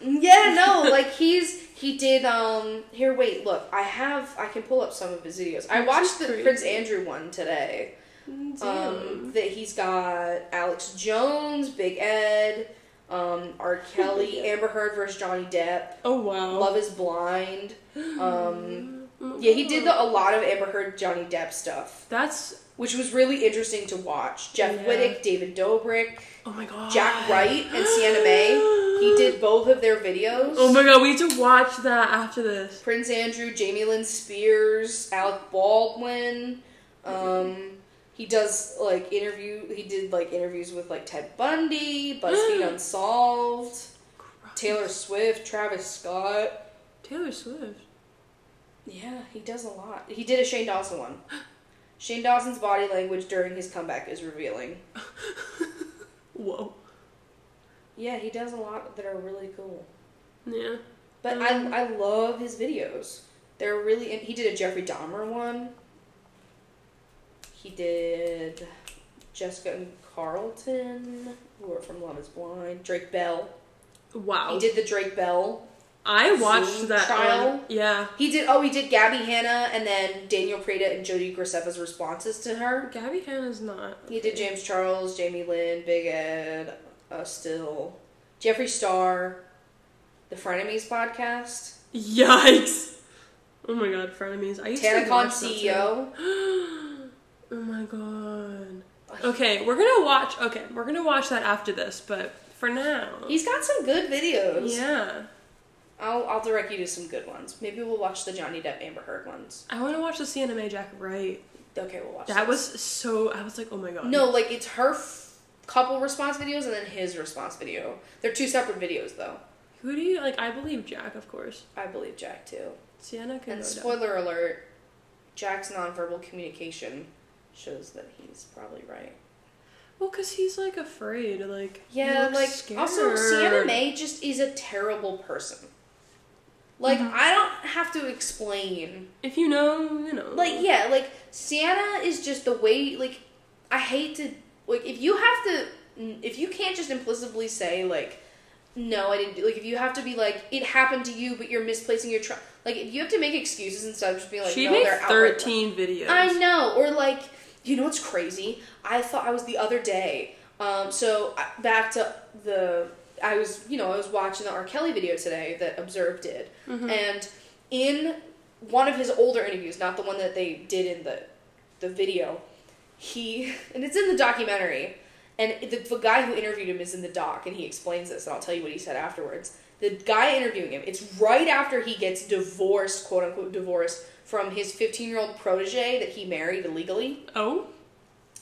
S2: Yeah, no, like he's he did um here wait, look, I have I can pull up some of his videos. I
S1: This
S2: watched
S1: is
S2: the
S1: crazy.
S2: Prince Andrew one today.
S1: Damn.
S2: Um that he's got Alex Jones, Big Ed, um R. Kelly, Amber Heard versus Johnny Depp,
S1: oh wow.
S2: Love is Blind. Um
S1: Oh my
S2: yeah, he did
S1: God.
S2: the, a lot of Amber Heard Johnny Depp stuff,
S1: That's
S2: which was really interesting to watch. Jeff
S1: Yeah.
S2: Whittick, David Dobrik,
S1: oh my god.
S2: Jack Wright, and Sienna May. He did both of their videos.
S1: Oh my god, we need to watch that after this.
S2: Prince Andrew, Jamie Lynn Spears, Alec Baldwin. Um, he does like interview. He did like interviews with like Ted Bundy, BuzzFeed Unsolved, Taylor Swift, Travis Scott.
S1: Taylor Swift.
S2: Yeah, he does a lot. He did a Shane Dawson one. Shane Dawson's body language during his comeback is revealing.
S1: Whoa.
S2: Yeah, he does a lot that are really cool.
S1: Yeah.
S2: But
S1: Um,
S2: I I love his videos. They're really. And he did a Jeffrey Dahmer one. He did Jessica and Carlton, who are from Love Is Blind. Drake Bell.
S1: Wow.
S2: He did the Drake Bell
S1: I watched
S2: Zoom
S1: that.
S2: trial?
S1: on- yeah.
S2: He did. Oh, he did. Gabby Hanna and then Daniel Prada and Jodie Griseva's responses to her.
S1: Gabby Hanna's not.
S2: He did James Charles, Jamie Lynn, Big Ed, uh, Still, Jeffree Star, the Frenemies podcast,
S1: Yikes! Oh my god, frenemies. I used to
S2: TanaCon
S1: watch that too.
S2: CEO.
S1: oh my god. Okay, we're gonna watch. Okay, we're gonna watch that after this, but for now,
S2: He's got some good videos.
S1: yeah,
S2: I'll, I'll direct you to some good ones. Maybe we'll watch the Johnny Depp Amber Heard ones.
S1: I want to watch the CNMA Jack Wright.
S2: Okay, we'll watch
S1: That
S2: those.
S1: was so. I was like, oh my god.
S2: No, like it's her f- couple response videos and then his response video. They're two separate videos though.
S1: Who do you like? I believe Jack, of course.
S2: I believe Jack too.
S1: Sienna can
S2: And
S1: go down.
S2: spoiler alert, Jack's nonverbal communication shows that he's probably right.
S1: Well, cause he's like afraid. Like he
S2: Yeah,
S1: looks
S2: like also Sienna
S1: scared.
S2: May just is a terrible person. Like
S1: Mm-hmm.
S2: I don't have to explain.
S1: If you know, you know.
S2: Like yeah, like Sienna is just the way. Like I hate to like if you have to if you can't just implicitly say like no I didn't do like if you have to be like it happened to you but you're misplacing your trust like if you have to make excuses instead of just being like
S1: she
S2: no
S1: made
S2: they're outright lying."
S1: thirteen videos.
S2: I know. Or like, you know what's crazy? I thought I was the other day. Um, so I- back to the I was you know I was watching the R. Kelly video today that Observe did,
S1: Mm-hmm.
S2: and in one of his older interviews, not the one that they did in the the video, he and it's in the documentary. And the, the guy who interviewed him is in the doc, and he explains this, and I'll tell you what he said afterwards. The guy interviewing him, it's right after he gets divorced, quote unquote, divorced from his 15 year old protege that he married illegally
S1: Oh,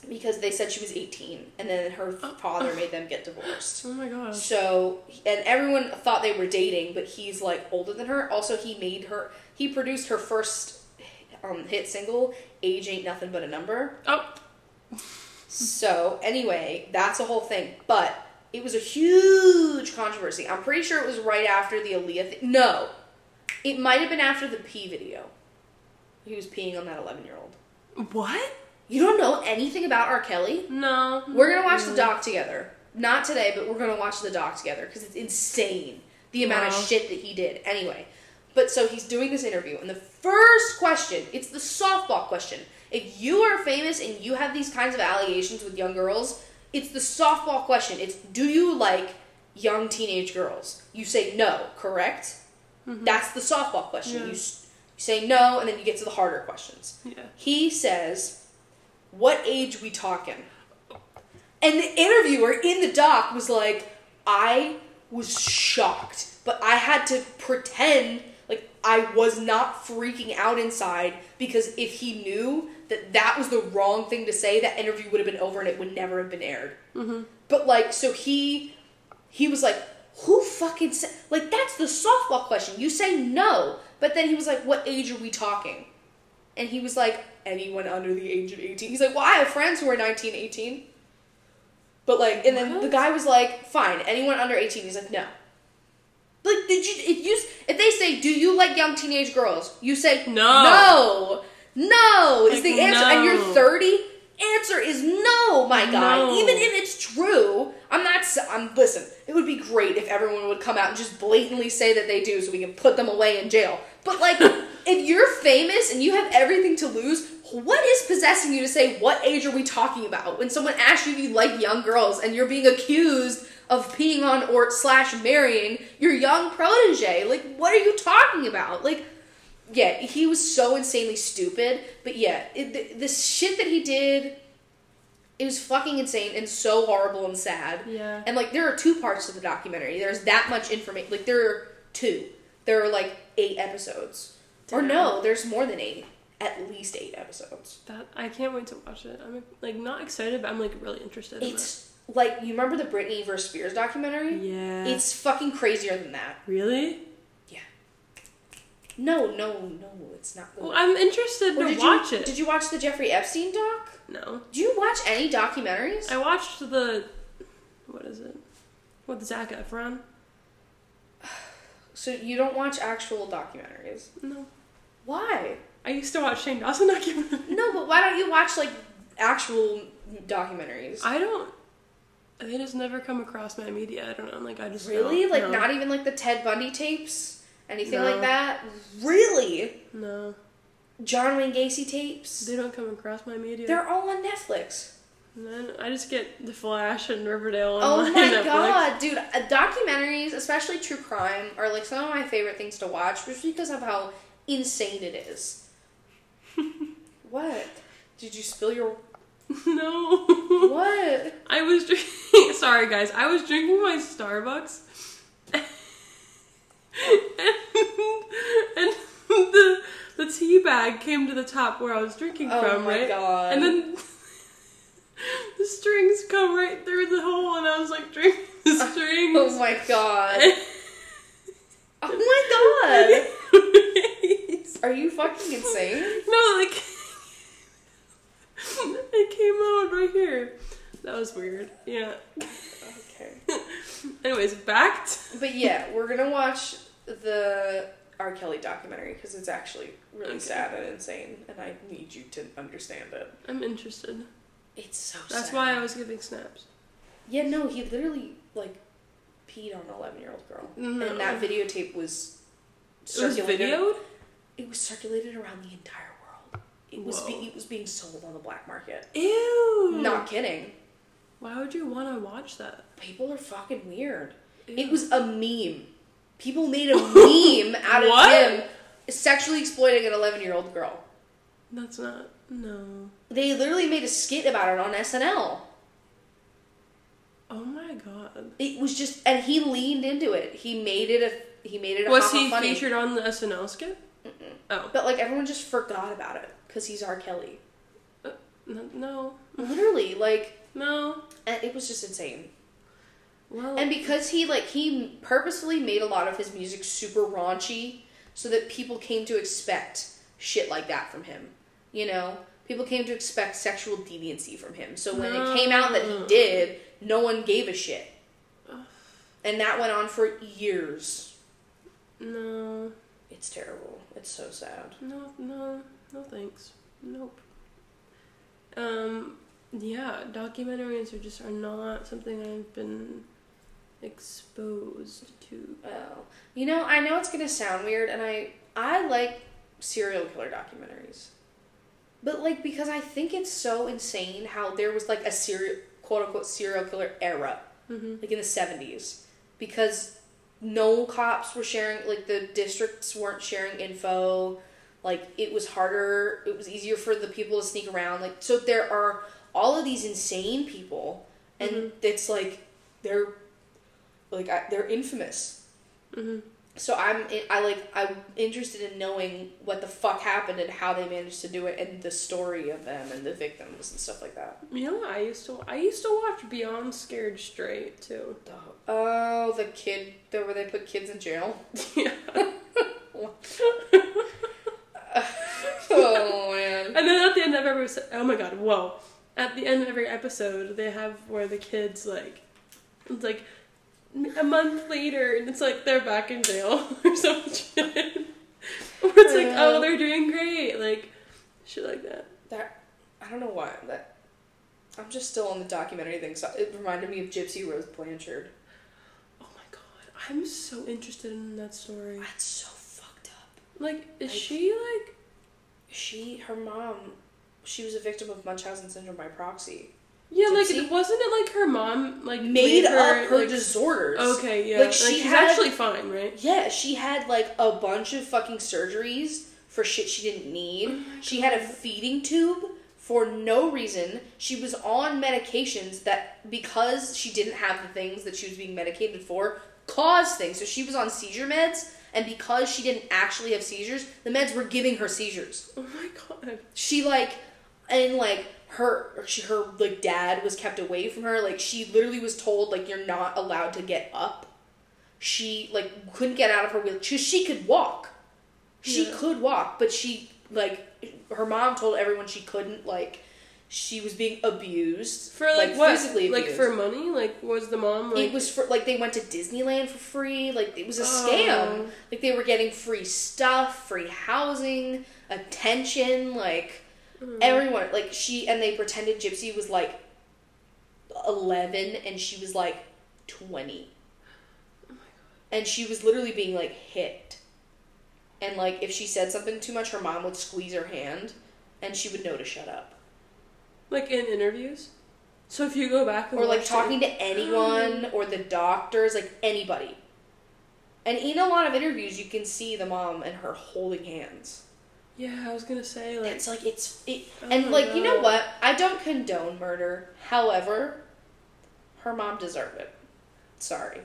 S2: because they said she was 18, and then her father made them get divorced.
S1: oh my gosh.
S2: So, and everyone thought they were dating, but he's like older than her. Also, he made her, he produced her first um, hit single, Age Ain't Nothing But a Number.
S1: Oh,
S2: So anyway, that's a whole thing. But it was a huge controversy. I'm pretty sure it was right after the Aaliyah. Th- no, it might have been after the pee video. He was peeing on that 11 year old.
S1: what?
S2: You don't know anything about R. Kelly?
S1: No.
S2: We're gonna watch the doc together. Not today, but we're gonna watch the doc together because it's insane the amount
S1: Wow.
S2: of shit that he did. Anyway, but so he's doing this interview, and the first question it's the softball question. If you are famous and you have these kinds of allegations with young girls, it's the softball question. It's do you like young teenage girls? You say no, correct? That's the softball question.
S1: Mm-hmm. Yeah.
S2: You, s- you say no, and then you get to the harder questions.
S1: Yeah.
S2: He says, "What age we talking?" And the interviewer in the doc was like, "I was shocked, but I had to pretend like I was not freaking out inside because if he knew that that was the wrong thing to say, that interview would have been over and it would never have been aired." But like, so he he was like, "Who fucking sa-? like that's the softball question? You say no, but then he was like, "What age are we talking?" And he was like, anyone under the age of 18. He's like, well, I have friends who are 19, 18. But like, and then the
S1: What?
S2: guy was like, fine, anyone under 18. He's like, no. Like, did you, if you, if they say, do you like young teenage girls? You say,
S1: No.
S2: No. No is
S1: Like,
S2: the answer. And you're
S1: no.
S2: 30? Answer is no, my guy.
S1: No.
S2: Even if it's true, I'm not, s- I'm, listen, it would be great if everyone would come out and just blatantly say that they do so we can put them away in jail. But like, if you're famous and you have everything to lose, what is possessing you to say, what age are we talking about? When someone asks you if you like young girls and you're being accused of peeing on or slash marrying your young protege, like, what are you talking about? Like, yeah, he was so insanely stupid. But yeah, it, the, the shit that he did, it was fucking insane and so horrible and sad.
S1: Yeah.
S2: And like, there are two parts to the documentary. There's that much information. Like, there are two. There are like eight episodes. Or no, there's more than eight. At least eight episodes.
S1: That I can't wait to watch it. I'm like not excited, but I'm like really interested.
S2: It's like you remember the Britney versus Spears documentary?
S1: in it. yeah.
S2: It's fucking crazier than that.
S1: really.
S2: Yeah. No, no, no, it's not.
S1: Well, I'm interested
S2: Or
S1: to
S2: did
S1: watch
S2: you,
S1: it.
S2: Did you watch the Jeffrey Epstein doc?
S1: no,
S2: Do you watch any documentaries?
S1: I watched the what is it? With Zac Efron.
S2: So you don't watch actual documentaries.
S1: No,
S2: Why?
S1: I used to watch Shane Dawson documentary.
S2: No, but why don't you watch like actual documentaries?
S1: I don't. They just never come across my media. I don't know. Like I just
S2: really?
S1: don't-
S2: Like
S1: no.
S2: not even like the Ted Bundy tapes anything
S1: No.
S2: like that. Really?
S1: No,
S2: John Wayne Gacy tapes?
S1: they don't come across my media.
S2: They're all on Netflix.
S1: No, I just get The Flash and Riverdale. On
S2: Oh
S1: my
S2: my
S1: Netflix.
S2: god, dude. Uh, Documentaries, especially true crime, are like some of my favorite things to watch just because of how insane it is. what? Did you spill your.
S1: No.
S2: What?
S1: I was drinking. Sorry, guys. I was drinking my Starbucks. and, and the, the tea bag came to the top where I was drinking
S2: Oh
S1: from,
S2: my
S1: right?
S2: God.
S1: And then the strings come right through the hole, and I was like drinking the strings.
S2: Oh my god. Oh my god. Are you fucking insane?
S1: No, like it came out right here. That was weird. Yeah.
S2: Okay.
S1: Anyways, back to
S2: But yeah, we're gonna watch the R. Kelly documentary because it's actually really
S1: Okay.
S2: sad and insane, and I need you to understand it.
S1: I'm interested.
S2: It's so.
S1: That's
S2: sad.
S1: why I was giving snaps.
S2: Yeah, no, he literally like peed on an eleven-year-old girl,
S1: No.
S2: and that videotape Mm, was
S1: It was
S2: circulated.
S1: videoed?
S2: It was circulated around the entire world. It was be-
S1: Whoa.
S2: it was being sold on the black market.
S1: Ew.
S2: Not kidding.
S1: Why would you want to watch that?
S2: People are fucking weird. It
S1: Ew.
S2: was a meme. People made a meme out of
S1: What?
S2: him sexually exploiting an 11 year old girl.
S1: That's not. No.
S2: They literally made a skit about it on SNL.
S1: Oh my god.
S2: It was just, and he leaned into it. He made it a, he made it a
S1: Was
S2: haha
S1: he
S2: funny.
S1: featured on the SNL skit? Oh.
S2: But like everyone just forgot about it because he's R. Kelly.
S1: Uh, n- No.
S2: Literally, like,
S1: No.
S2: and it was just insane.
S1: Well.
S2: And because he like he purposefully made a lot of his music super raunchy, so that people came to expect shit like that from him. You know, people came to expect sexual deviancy from him. So when it came out that he
S1: No.
S2: did, no one gave a shit,
S1: Ugh.
S2: and that went on for years.
S1: no.
S2: It's terrible. It's so sad.
S1: No, no, no thanks. Nope. Um, yeah, documentaries are just are not something I've been exposed to.
S2: Oh, you know, I know it's gonna sound weird, and I I like serial killer documentaries, but like because I think it's so insane how there was like a serial quote unquote serial killer era,
S1: Mm-hmm.
S2: like in the seventies, because no cops were sharing, like the districts weren't sharing info, like it was harder, it was easier for the people to sneak around, like so there are all of these insane people, and
S1: Mhm.
S2: it's like they're like I, they're infamous
S1: Mm-hmm.
S2: so I'm I like I'm interested in knowing what the fuck happened and how they managed to do it and the story of them and the victims and stuff like that.
S1: You know, what I used to I used to watch Beyond Scared Straight too.
S2: Oh, the kid the, where they put kids in jail.
S1: Yeah.
S2: Oh man.
S1: And then at the end of every episode, oh my god, whoa! At the end of every episode, they have where the kids like, it's like a month later, and it's like they're back in jail or some shit. Or it's like, oh, they're doing great, like shit like that.
S2: That I don't know why that I'm just still on the documentary thing. So it reminded me of Gypsy Rose Blanchard.
S1: Oh my god, I'm so interested in that story.
S2: That's so fucked up.
S1: Like, is
S2: I-
S1: she like?
S2: She her mom, she was a victim of Munchausen syndrome by proxy.
S1: Yeah,
S2: Gypsy?
S1: like wasn't it like her mom like
S2: Made
S1: made
S2: up her
S1: like-
S2: disorders.
S1: okay, yeah,
S2: Like,
S1: like,
S2: she
S1: she's
S2: had-
S1: actually fine, right?
S2: Yeah, she had like a bunch of fucking surgeries for shit she didn't
S1: Oh
S2: need. she had a feeding tube for no reason. She was on medications that because she didn't have the things that she was being medicated for caused things. So she was on seizure meds and because she didn't actually have seizures, the meds were giving her seizures
S1: Oh my god.
S2: she like and like her she, her like dad was kept away from her like she literally was told like you're not allowed to get up she like couldn't get out of her wheelchair she, she could walk she
S1: Yeah.
S2: could walk but she like her mom told everyone she couldn't like she was being abused
S1: For like, what?
S2: physically
S1: like
S2: abused.
S1: for money? Like was the mom like
S2: it was for like they went to Disneyland for free. Like it was a
S1: Oh.
S2: scam. Like they were getting free stuff, free housing, attention. Like
S1: Mm.
S2: everyone, like she and they pretended Gypsy was like eleven and she
S1: Oh
S2: was like twenty, and she was literally being like hit and like if she said something too much, her mom would squeeze her hand, and she would know to shut up.
S1: Like in interviews. So if you go back and
S2: or like
S1: watch
S2: talking
S1: the,
S2: to anyone or the doctors, like anybody. And in a lot of interviews, you can see the mom and her holding hands.
S1: yeah, I was gonna say like
S2: It's like it's it,
S1: Oh
S2: and
S1: my
S2: like you know
S1: God.
S2: what? I don't condone murder. However, her mom deserved it. Sorry,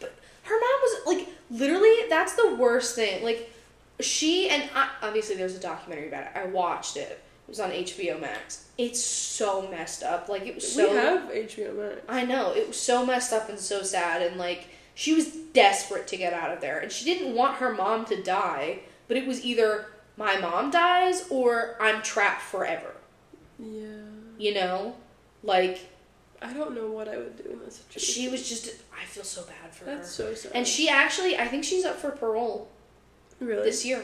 S2: but her mom was like literally that's the worst thing. Like she and I, obviously there's a documentary about it. I watched it. It was on HBO Max. It's so messed up. Like it was so
S1: we have HBO Max.
S2: I know. It was so messed up and so sad. And, like, she was desperate to get out of there. And she didn't want her mom to die. But it was either my mom dies or I'm trapped forever.
S1: Yeah.
S2: You know? Like,
S1: I don't know what I would do in that situation.
S2: she was just. I feel so bad for
S1: That's
S2: her.
S1: so sad.
S2: And she actually, I think she's up for parole
S1: really
S2: this year,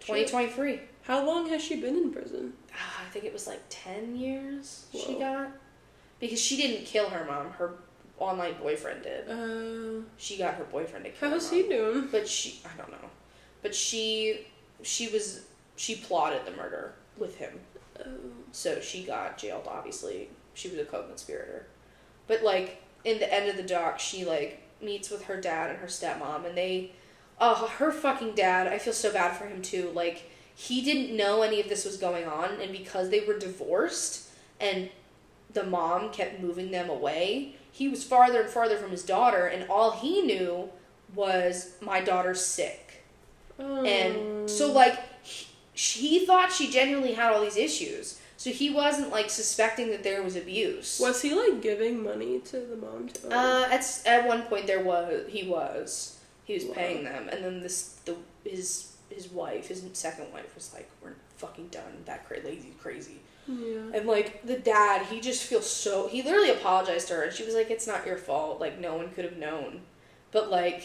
S2: 2023.
S1: How long has she been in prison?
S2: Ah, I think it was like 10 years she
S1: Whoa.
S2: got. Because she didn't kill her mom, her online boyfriend did.
S1: Uh,
S2: She got her boyfriend to kill her
S1: how's
S2: mom.
S1: he doing?
S2: But she, I don't know. But she, she was, she plotted the murder with him.
S1: Oh.
S2: So she got jailed, obviously. She was a co conspirator. But, like, in the end of the doc, she, like, meets with her dad and her stepmom, and they, oh, her fucking dad, I feel so bad for him, too. Like, he didn't know any of this was going on, and because they were divorced and the mom kept moving them away, he was farther and farther from his daughter, and all he knew was, my daughter's sick.
S1: Oh.
S2: And so, like, he, he thought she genuinely had all these issues. So he wasn't, like, suspecting that there was abuse.
S1: was he like giving money to the mom to?
S2: Uh, at, s- at one point, there was. He was. He was
S1: Wow.
S2: paying them. And then this, the, his, his wife, his second wife, was like, we're fucking done. That cra- lady's crazy.
S1: yeah.
S2: And, like, the dad, he just feels so. He literally apologized to her. And she was like, it's not your fault. Like, no one could have known. But, like,.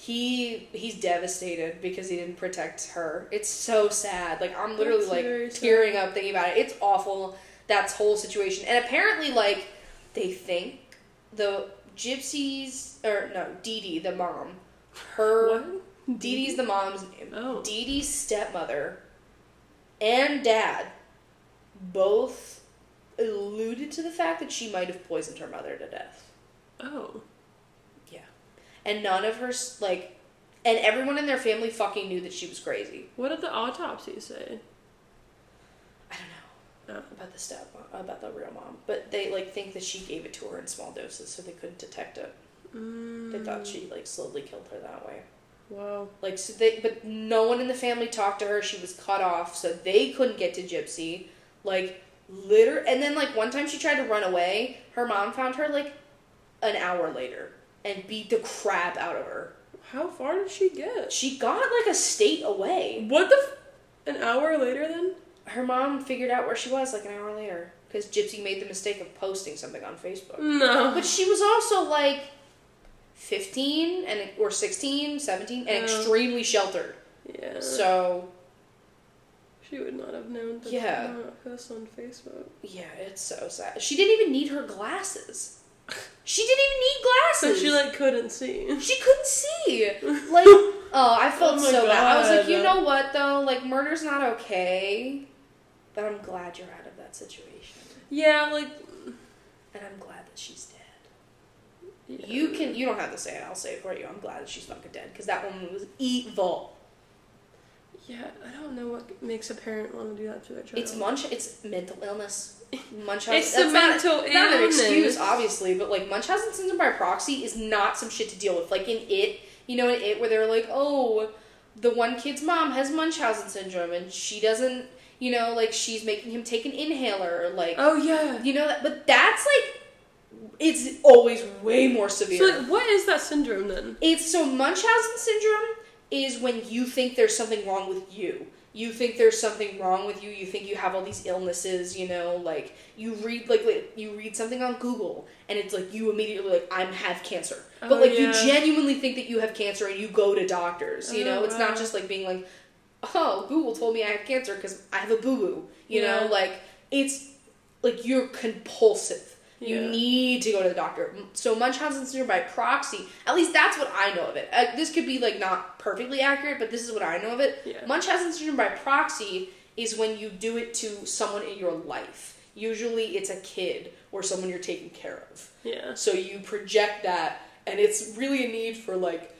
S2: He he's devastated because he didn't protect her. It's so sad. Like I'm literally
S1: That's
S2: like
S1: very sad.
S2: tearing up thinking about it. It's awful. That whole situation. And apparently, like they think the gypsies or no, Dee Dee, the mom, her
S1: What?
S2: Dee Dee's the mom's name.
S1: Oh.
S2: Dee Dee's stepmother and dad both alluded to the fact that she might have poisoned her mother to death.
S1: Oh.
S2: Yeah. And none of her s- like and everyone in their family fucking knew that she was crazy.
S1: What did the autopsy say?
S2: I don't know
S1: Oh.
S2: about the step about the real mom, but they like think that she gave it to her in small doses so they couldn't detect it.
S1: Mm.
S2: They thought she like slowly killed her that way.
S1: Wow.
S2: Like so they but no one in the family talked to her. She was cut off, so they couldn't get to Gypsy. Like liter and then like one time she tried to run away, her mom found her like an hour later and beat the crap out of her.
S1: How far did she get?
S2: She got like a state away.
S1: What the? F- An hour later, then?
S2: Her mom figured out where she was like an hour later because Gypsy made the mistake of posting something on Facebook.
S1: No.
S2: But she was also like 15 and or 16, 17 and
S1: Yeah.
S2: extremely sheltered.
S1: Yeah.
S2: So,
S1: she would not have known to
S2: Yeah.
S1: not post on Facebook.
S2: yeah, it's so sad. She didn't even need her glasses. She didn't even need
S1: So
S2: glasses.
S1: she like couldn't see.
S2: she couldn't see. Like, oh, I felt
S1: Oh my
S2: so bad. I was like,
S1: God.
S2: you know what though? Like, murder's not okay. But I'm glad you're out of that situation,
S1: Yeah, like.
S2: and I'm glad that she's dead.
S1: yeah.
S2: You can. You don't have to say it. I'll say it for you. I'm glad that she's fucking dead because that woman was evil.
S1: Yeah, I don't know what makes a parent want to do that to their child.
S2: It's munch. It's mental illness. Munchausen.
S1: It's the
S2: that's
S1: mental
S2: not, Not an excuse,
S1: illness.
S2: obviously, but like Munchausen syndrome by proxy is not some shit to deal with. Like in it, you know, in it where they're like, oh, the one kid's mom has Munchausen syndrome and she doesn't, you know, like she's making him take an inhaler or like,
S1: Oh yeah.
S2: you know, that, but that's like, it's always way more severe.
S1: So like, what is that syndrome then?
S2: It's so Munchausen syndrome is when you think there's something wrong with you. You think there's something wrong with you. You think you have all these illnesses. You know, like you read like, like, you read something on Google, and it's like you immediately like I'm have cancer, but
S1: Oh,
S2: like you
S1: yeah.
S2: genuinely think that you have cancer, and you go to doctors. You
S1: Oh,
S2: know, it's not
S1: wow.
S2: just like being like, oh, Google told me I have cancer because I have a boo boo. You
S1: Yeah.
S2: know, like it's like you're compulsive. You
S1: Yeah.
S2: need to go to the doctor. M- So Munchausen syndrome by proxy, at least that's what I know of it. Uh, this could be like not perfectly accurate, but this is what I know of it.
S1: Yeah.
S2: Munchausen syndrome by proxy is when you do it to someone in your life. Usually it's a kid or someone you're taking care of.
S1: Yeah.
S2: So you project that, and it's really a need for like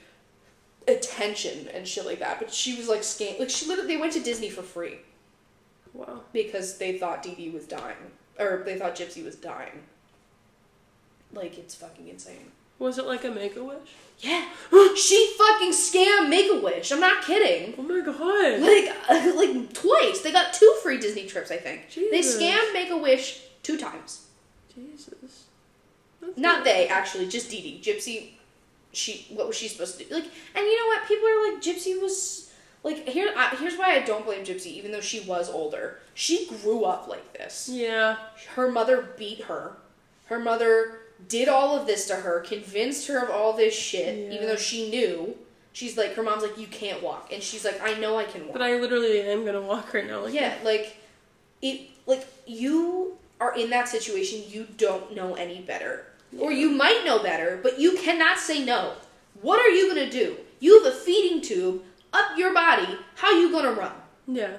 S2: attention and shit like that. But she was like scam, like she literally they went to Disney for free
S1: Wow.
S2: because they thought Dee Dee was dying, or they thought Gypsy was dying. Like it's fucking insane.
S1: Was it like a Make a Wish?
S2: Yeah, she fucking scammed Make a Wish. I'm not kidding.
S1: Oh my god.
S2: Like, like twice. They got two free Disney trips. I think
S1: Jesus.
S2: they scammed Make a Wish two times.
S1: Jesus. That's
S2: Not they, actually, just Dee Dee. Gypsy, she, what was she supposed to do? Like, and you know what? People are like, Gypsy was, like, here, I, here's why I don't blame Gypsy, even though she was older. She grew up like this.
S1: Yeah.
S2: Her mother beat her. Her mother did all of this to her, convinced her of all this shit,
S1: Yeah.
S2: even though she knew. She's like, her mom's like, you can't walk. And she's like, I know I can walk.
S1: But I literally am gonna walk right now. Like,
S2: Yeah, like it like you are in that situation, you don't know any better. Or you might know better, but you cannot say no. What are you going to do? You have a feeding tube up your body. How you going to run?
S1: Yeah.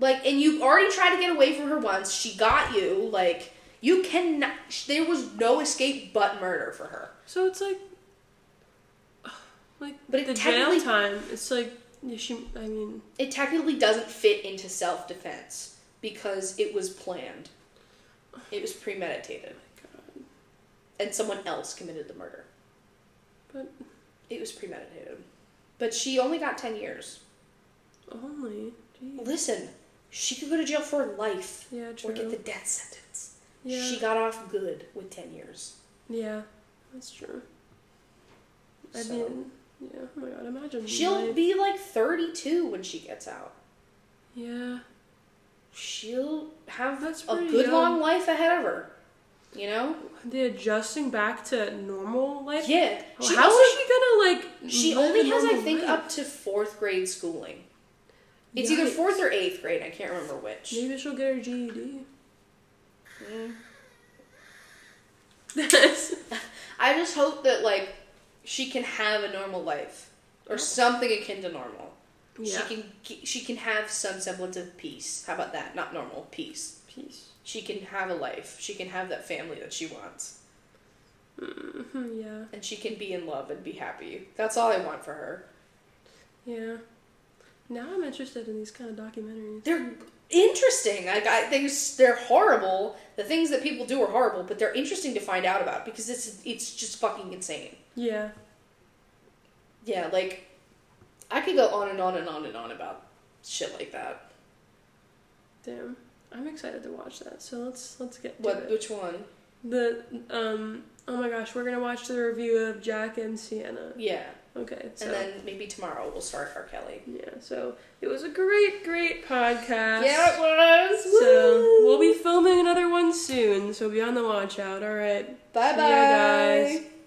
S2: Like and you already tried to get away from her once. She got you. Like you cannot sh- there was no escape but murder for her.
S1: So it's like, like
S2: But it
S1: the
S2: technically-
S1: jail time. It's like yeah, she. I mean,
S2: It technically doesn't fit into self-defense because it was planned. It was premeditated.
S1: God,
S2: and someone else committed the murder.
S1: but
S2: It was premeditated. But she only got 10 years.
S1: only. Geez.
S2: Listen, she could go to jail for life
S1: Yeah,
S2: or get
S1: true.
S2: the death sentence.
S1: Yeah,
S2: She got off good with 10 years.
S1: yeah, that's true. I
S2: So-
S1: mean, yeah. Oh my god, imagine.
S2: She'll
S1: life-
S2: be like 32 when she gets out.
S1: Yeah,
S2: She'll have
S1: That's
S2: a
S1: pretty
S2: good
S1: young.
S2: long life ahead of her. You know?
S1: the adjusting back to normal life.
S2: Yeah.
S1: Well,
S2: She
S1: How
S2: also-
S1: is she gonna like?
S2: She
S1: live
S2: only
S1: a
S2: has, I
S1: normal
S2: think,
S1: life?
S2: up to fourth grade schooling. It's either
S1: Yikes.
S2: fourth or eighth grade. I can't remember which.
S1: Maybe she'll get her GED.
S2: Mm.
S1: That's
S2: I just hope that like she can have a normal life or something akin to normal.
S1: yeah.
S2: She can ge- she can have some semblance of peace. How about that? Not normal peace.
S1: Peace.
S2: She can have a life. She can have that family that she wants,
S1: hmm yeah.
S2: and she can be in love and be happy. That's all I want for her.
S1: Yeah. Now I'm interested in these kind of documentaries.
S2: They're interesting. Like I think they're horrible. The things that people do are horrible, but they're interesting to find out about because it's it's just fucking insane.
S1: Yeah.
S2: Yeah, like I could go on and on and on and on about shit like that.
S1: Damn. I'm excited to watch that. So let's let's get to
S2: What?
S1: it.
S2: Which one?
S1: The um oh my gosh, we're gonna watch the review of Jack and Sienna.
S2: Yeah,
S1: Okay. So
S2: and then maybe tomorrow we'll start R. Kelly.
S1: yeah, so it was a great, great podcast.
S2: was.
S1: So we'll be filming another one soon, so be on the watch out. All right.
S2: Bye
S1: See ya,
S2: bye.
S1: guys.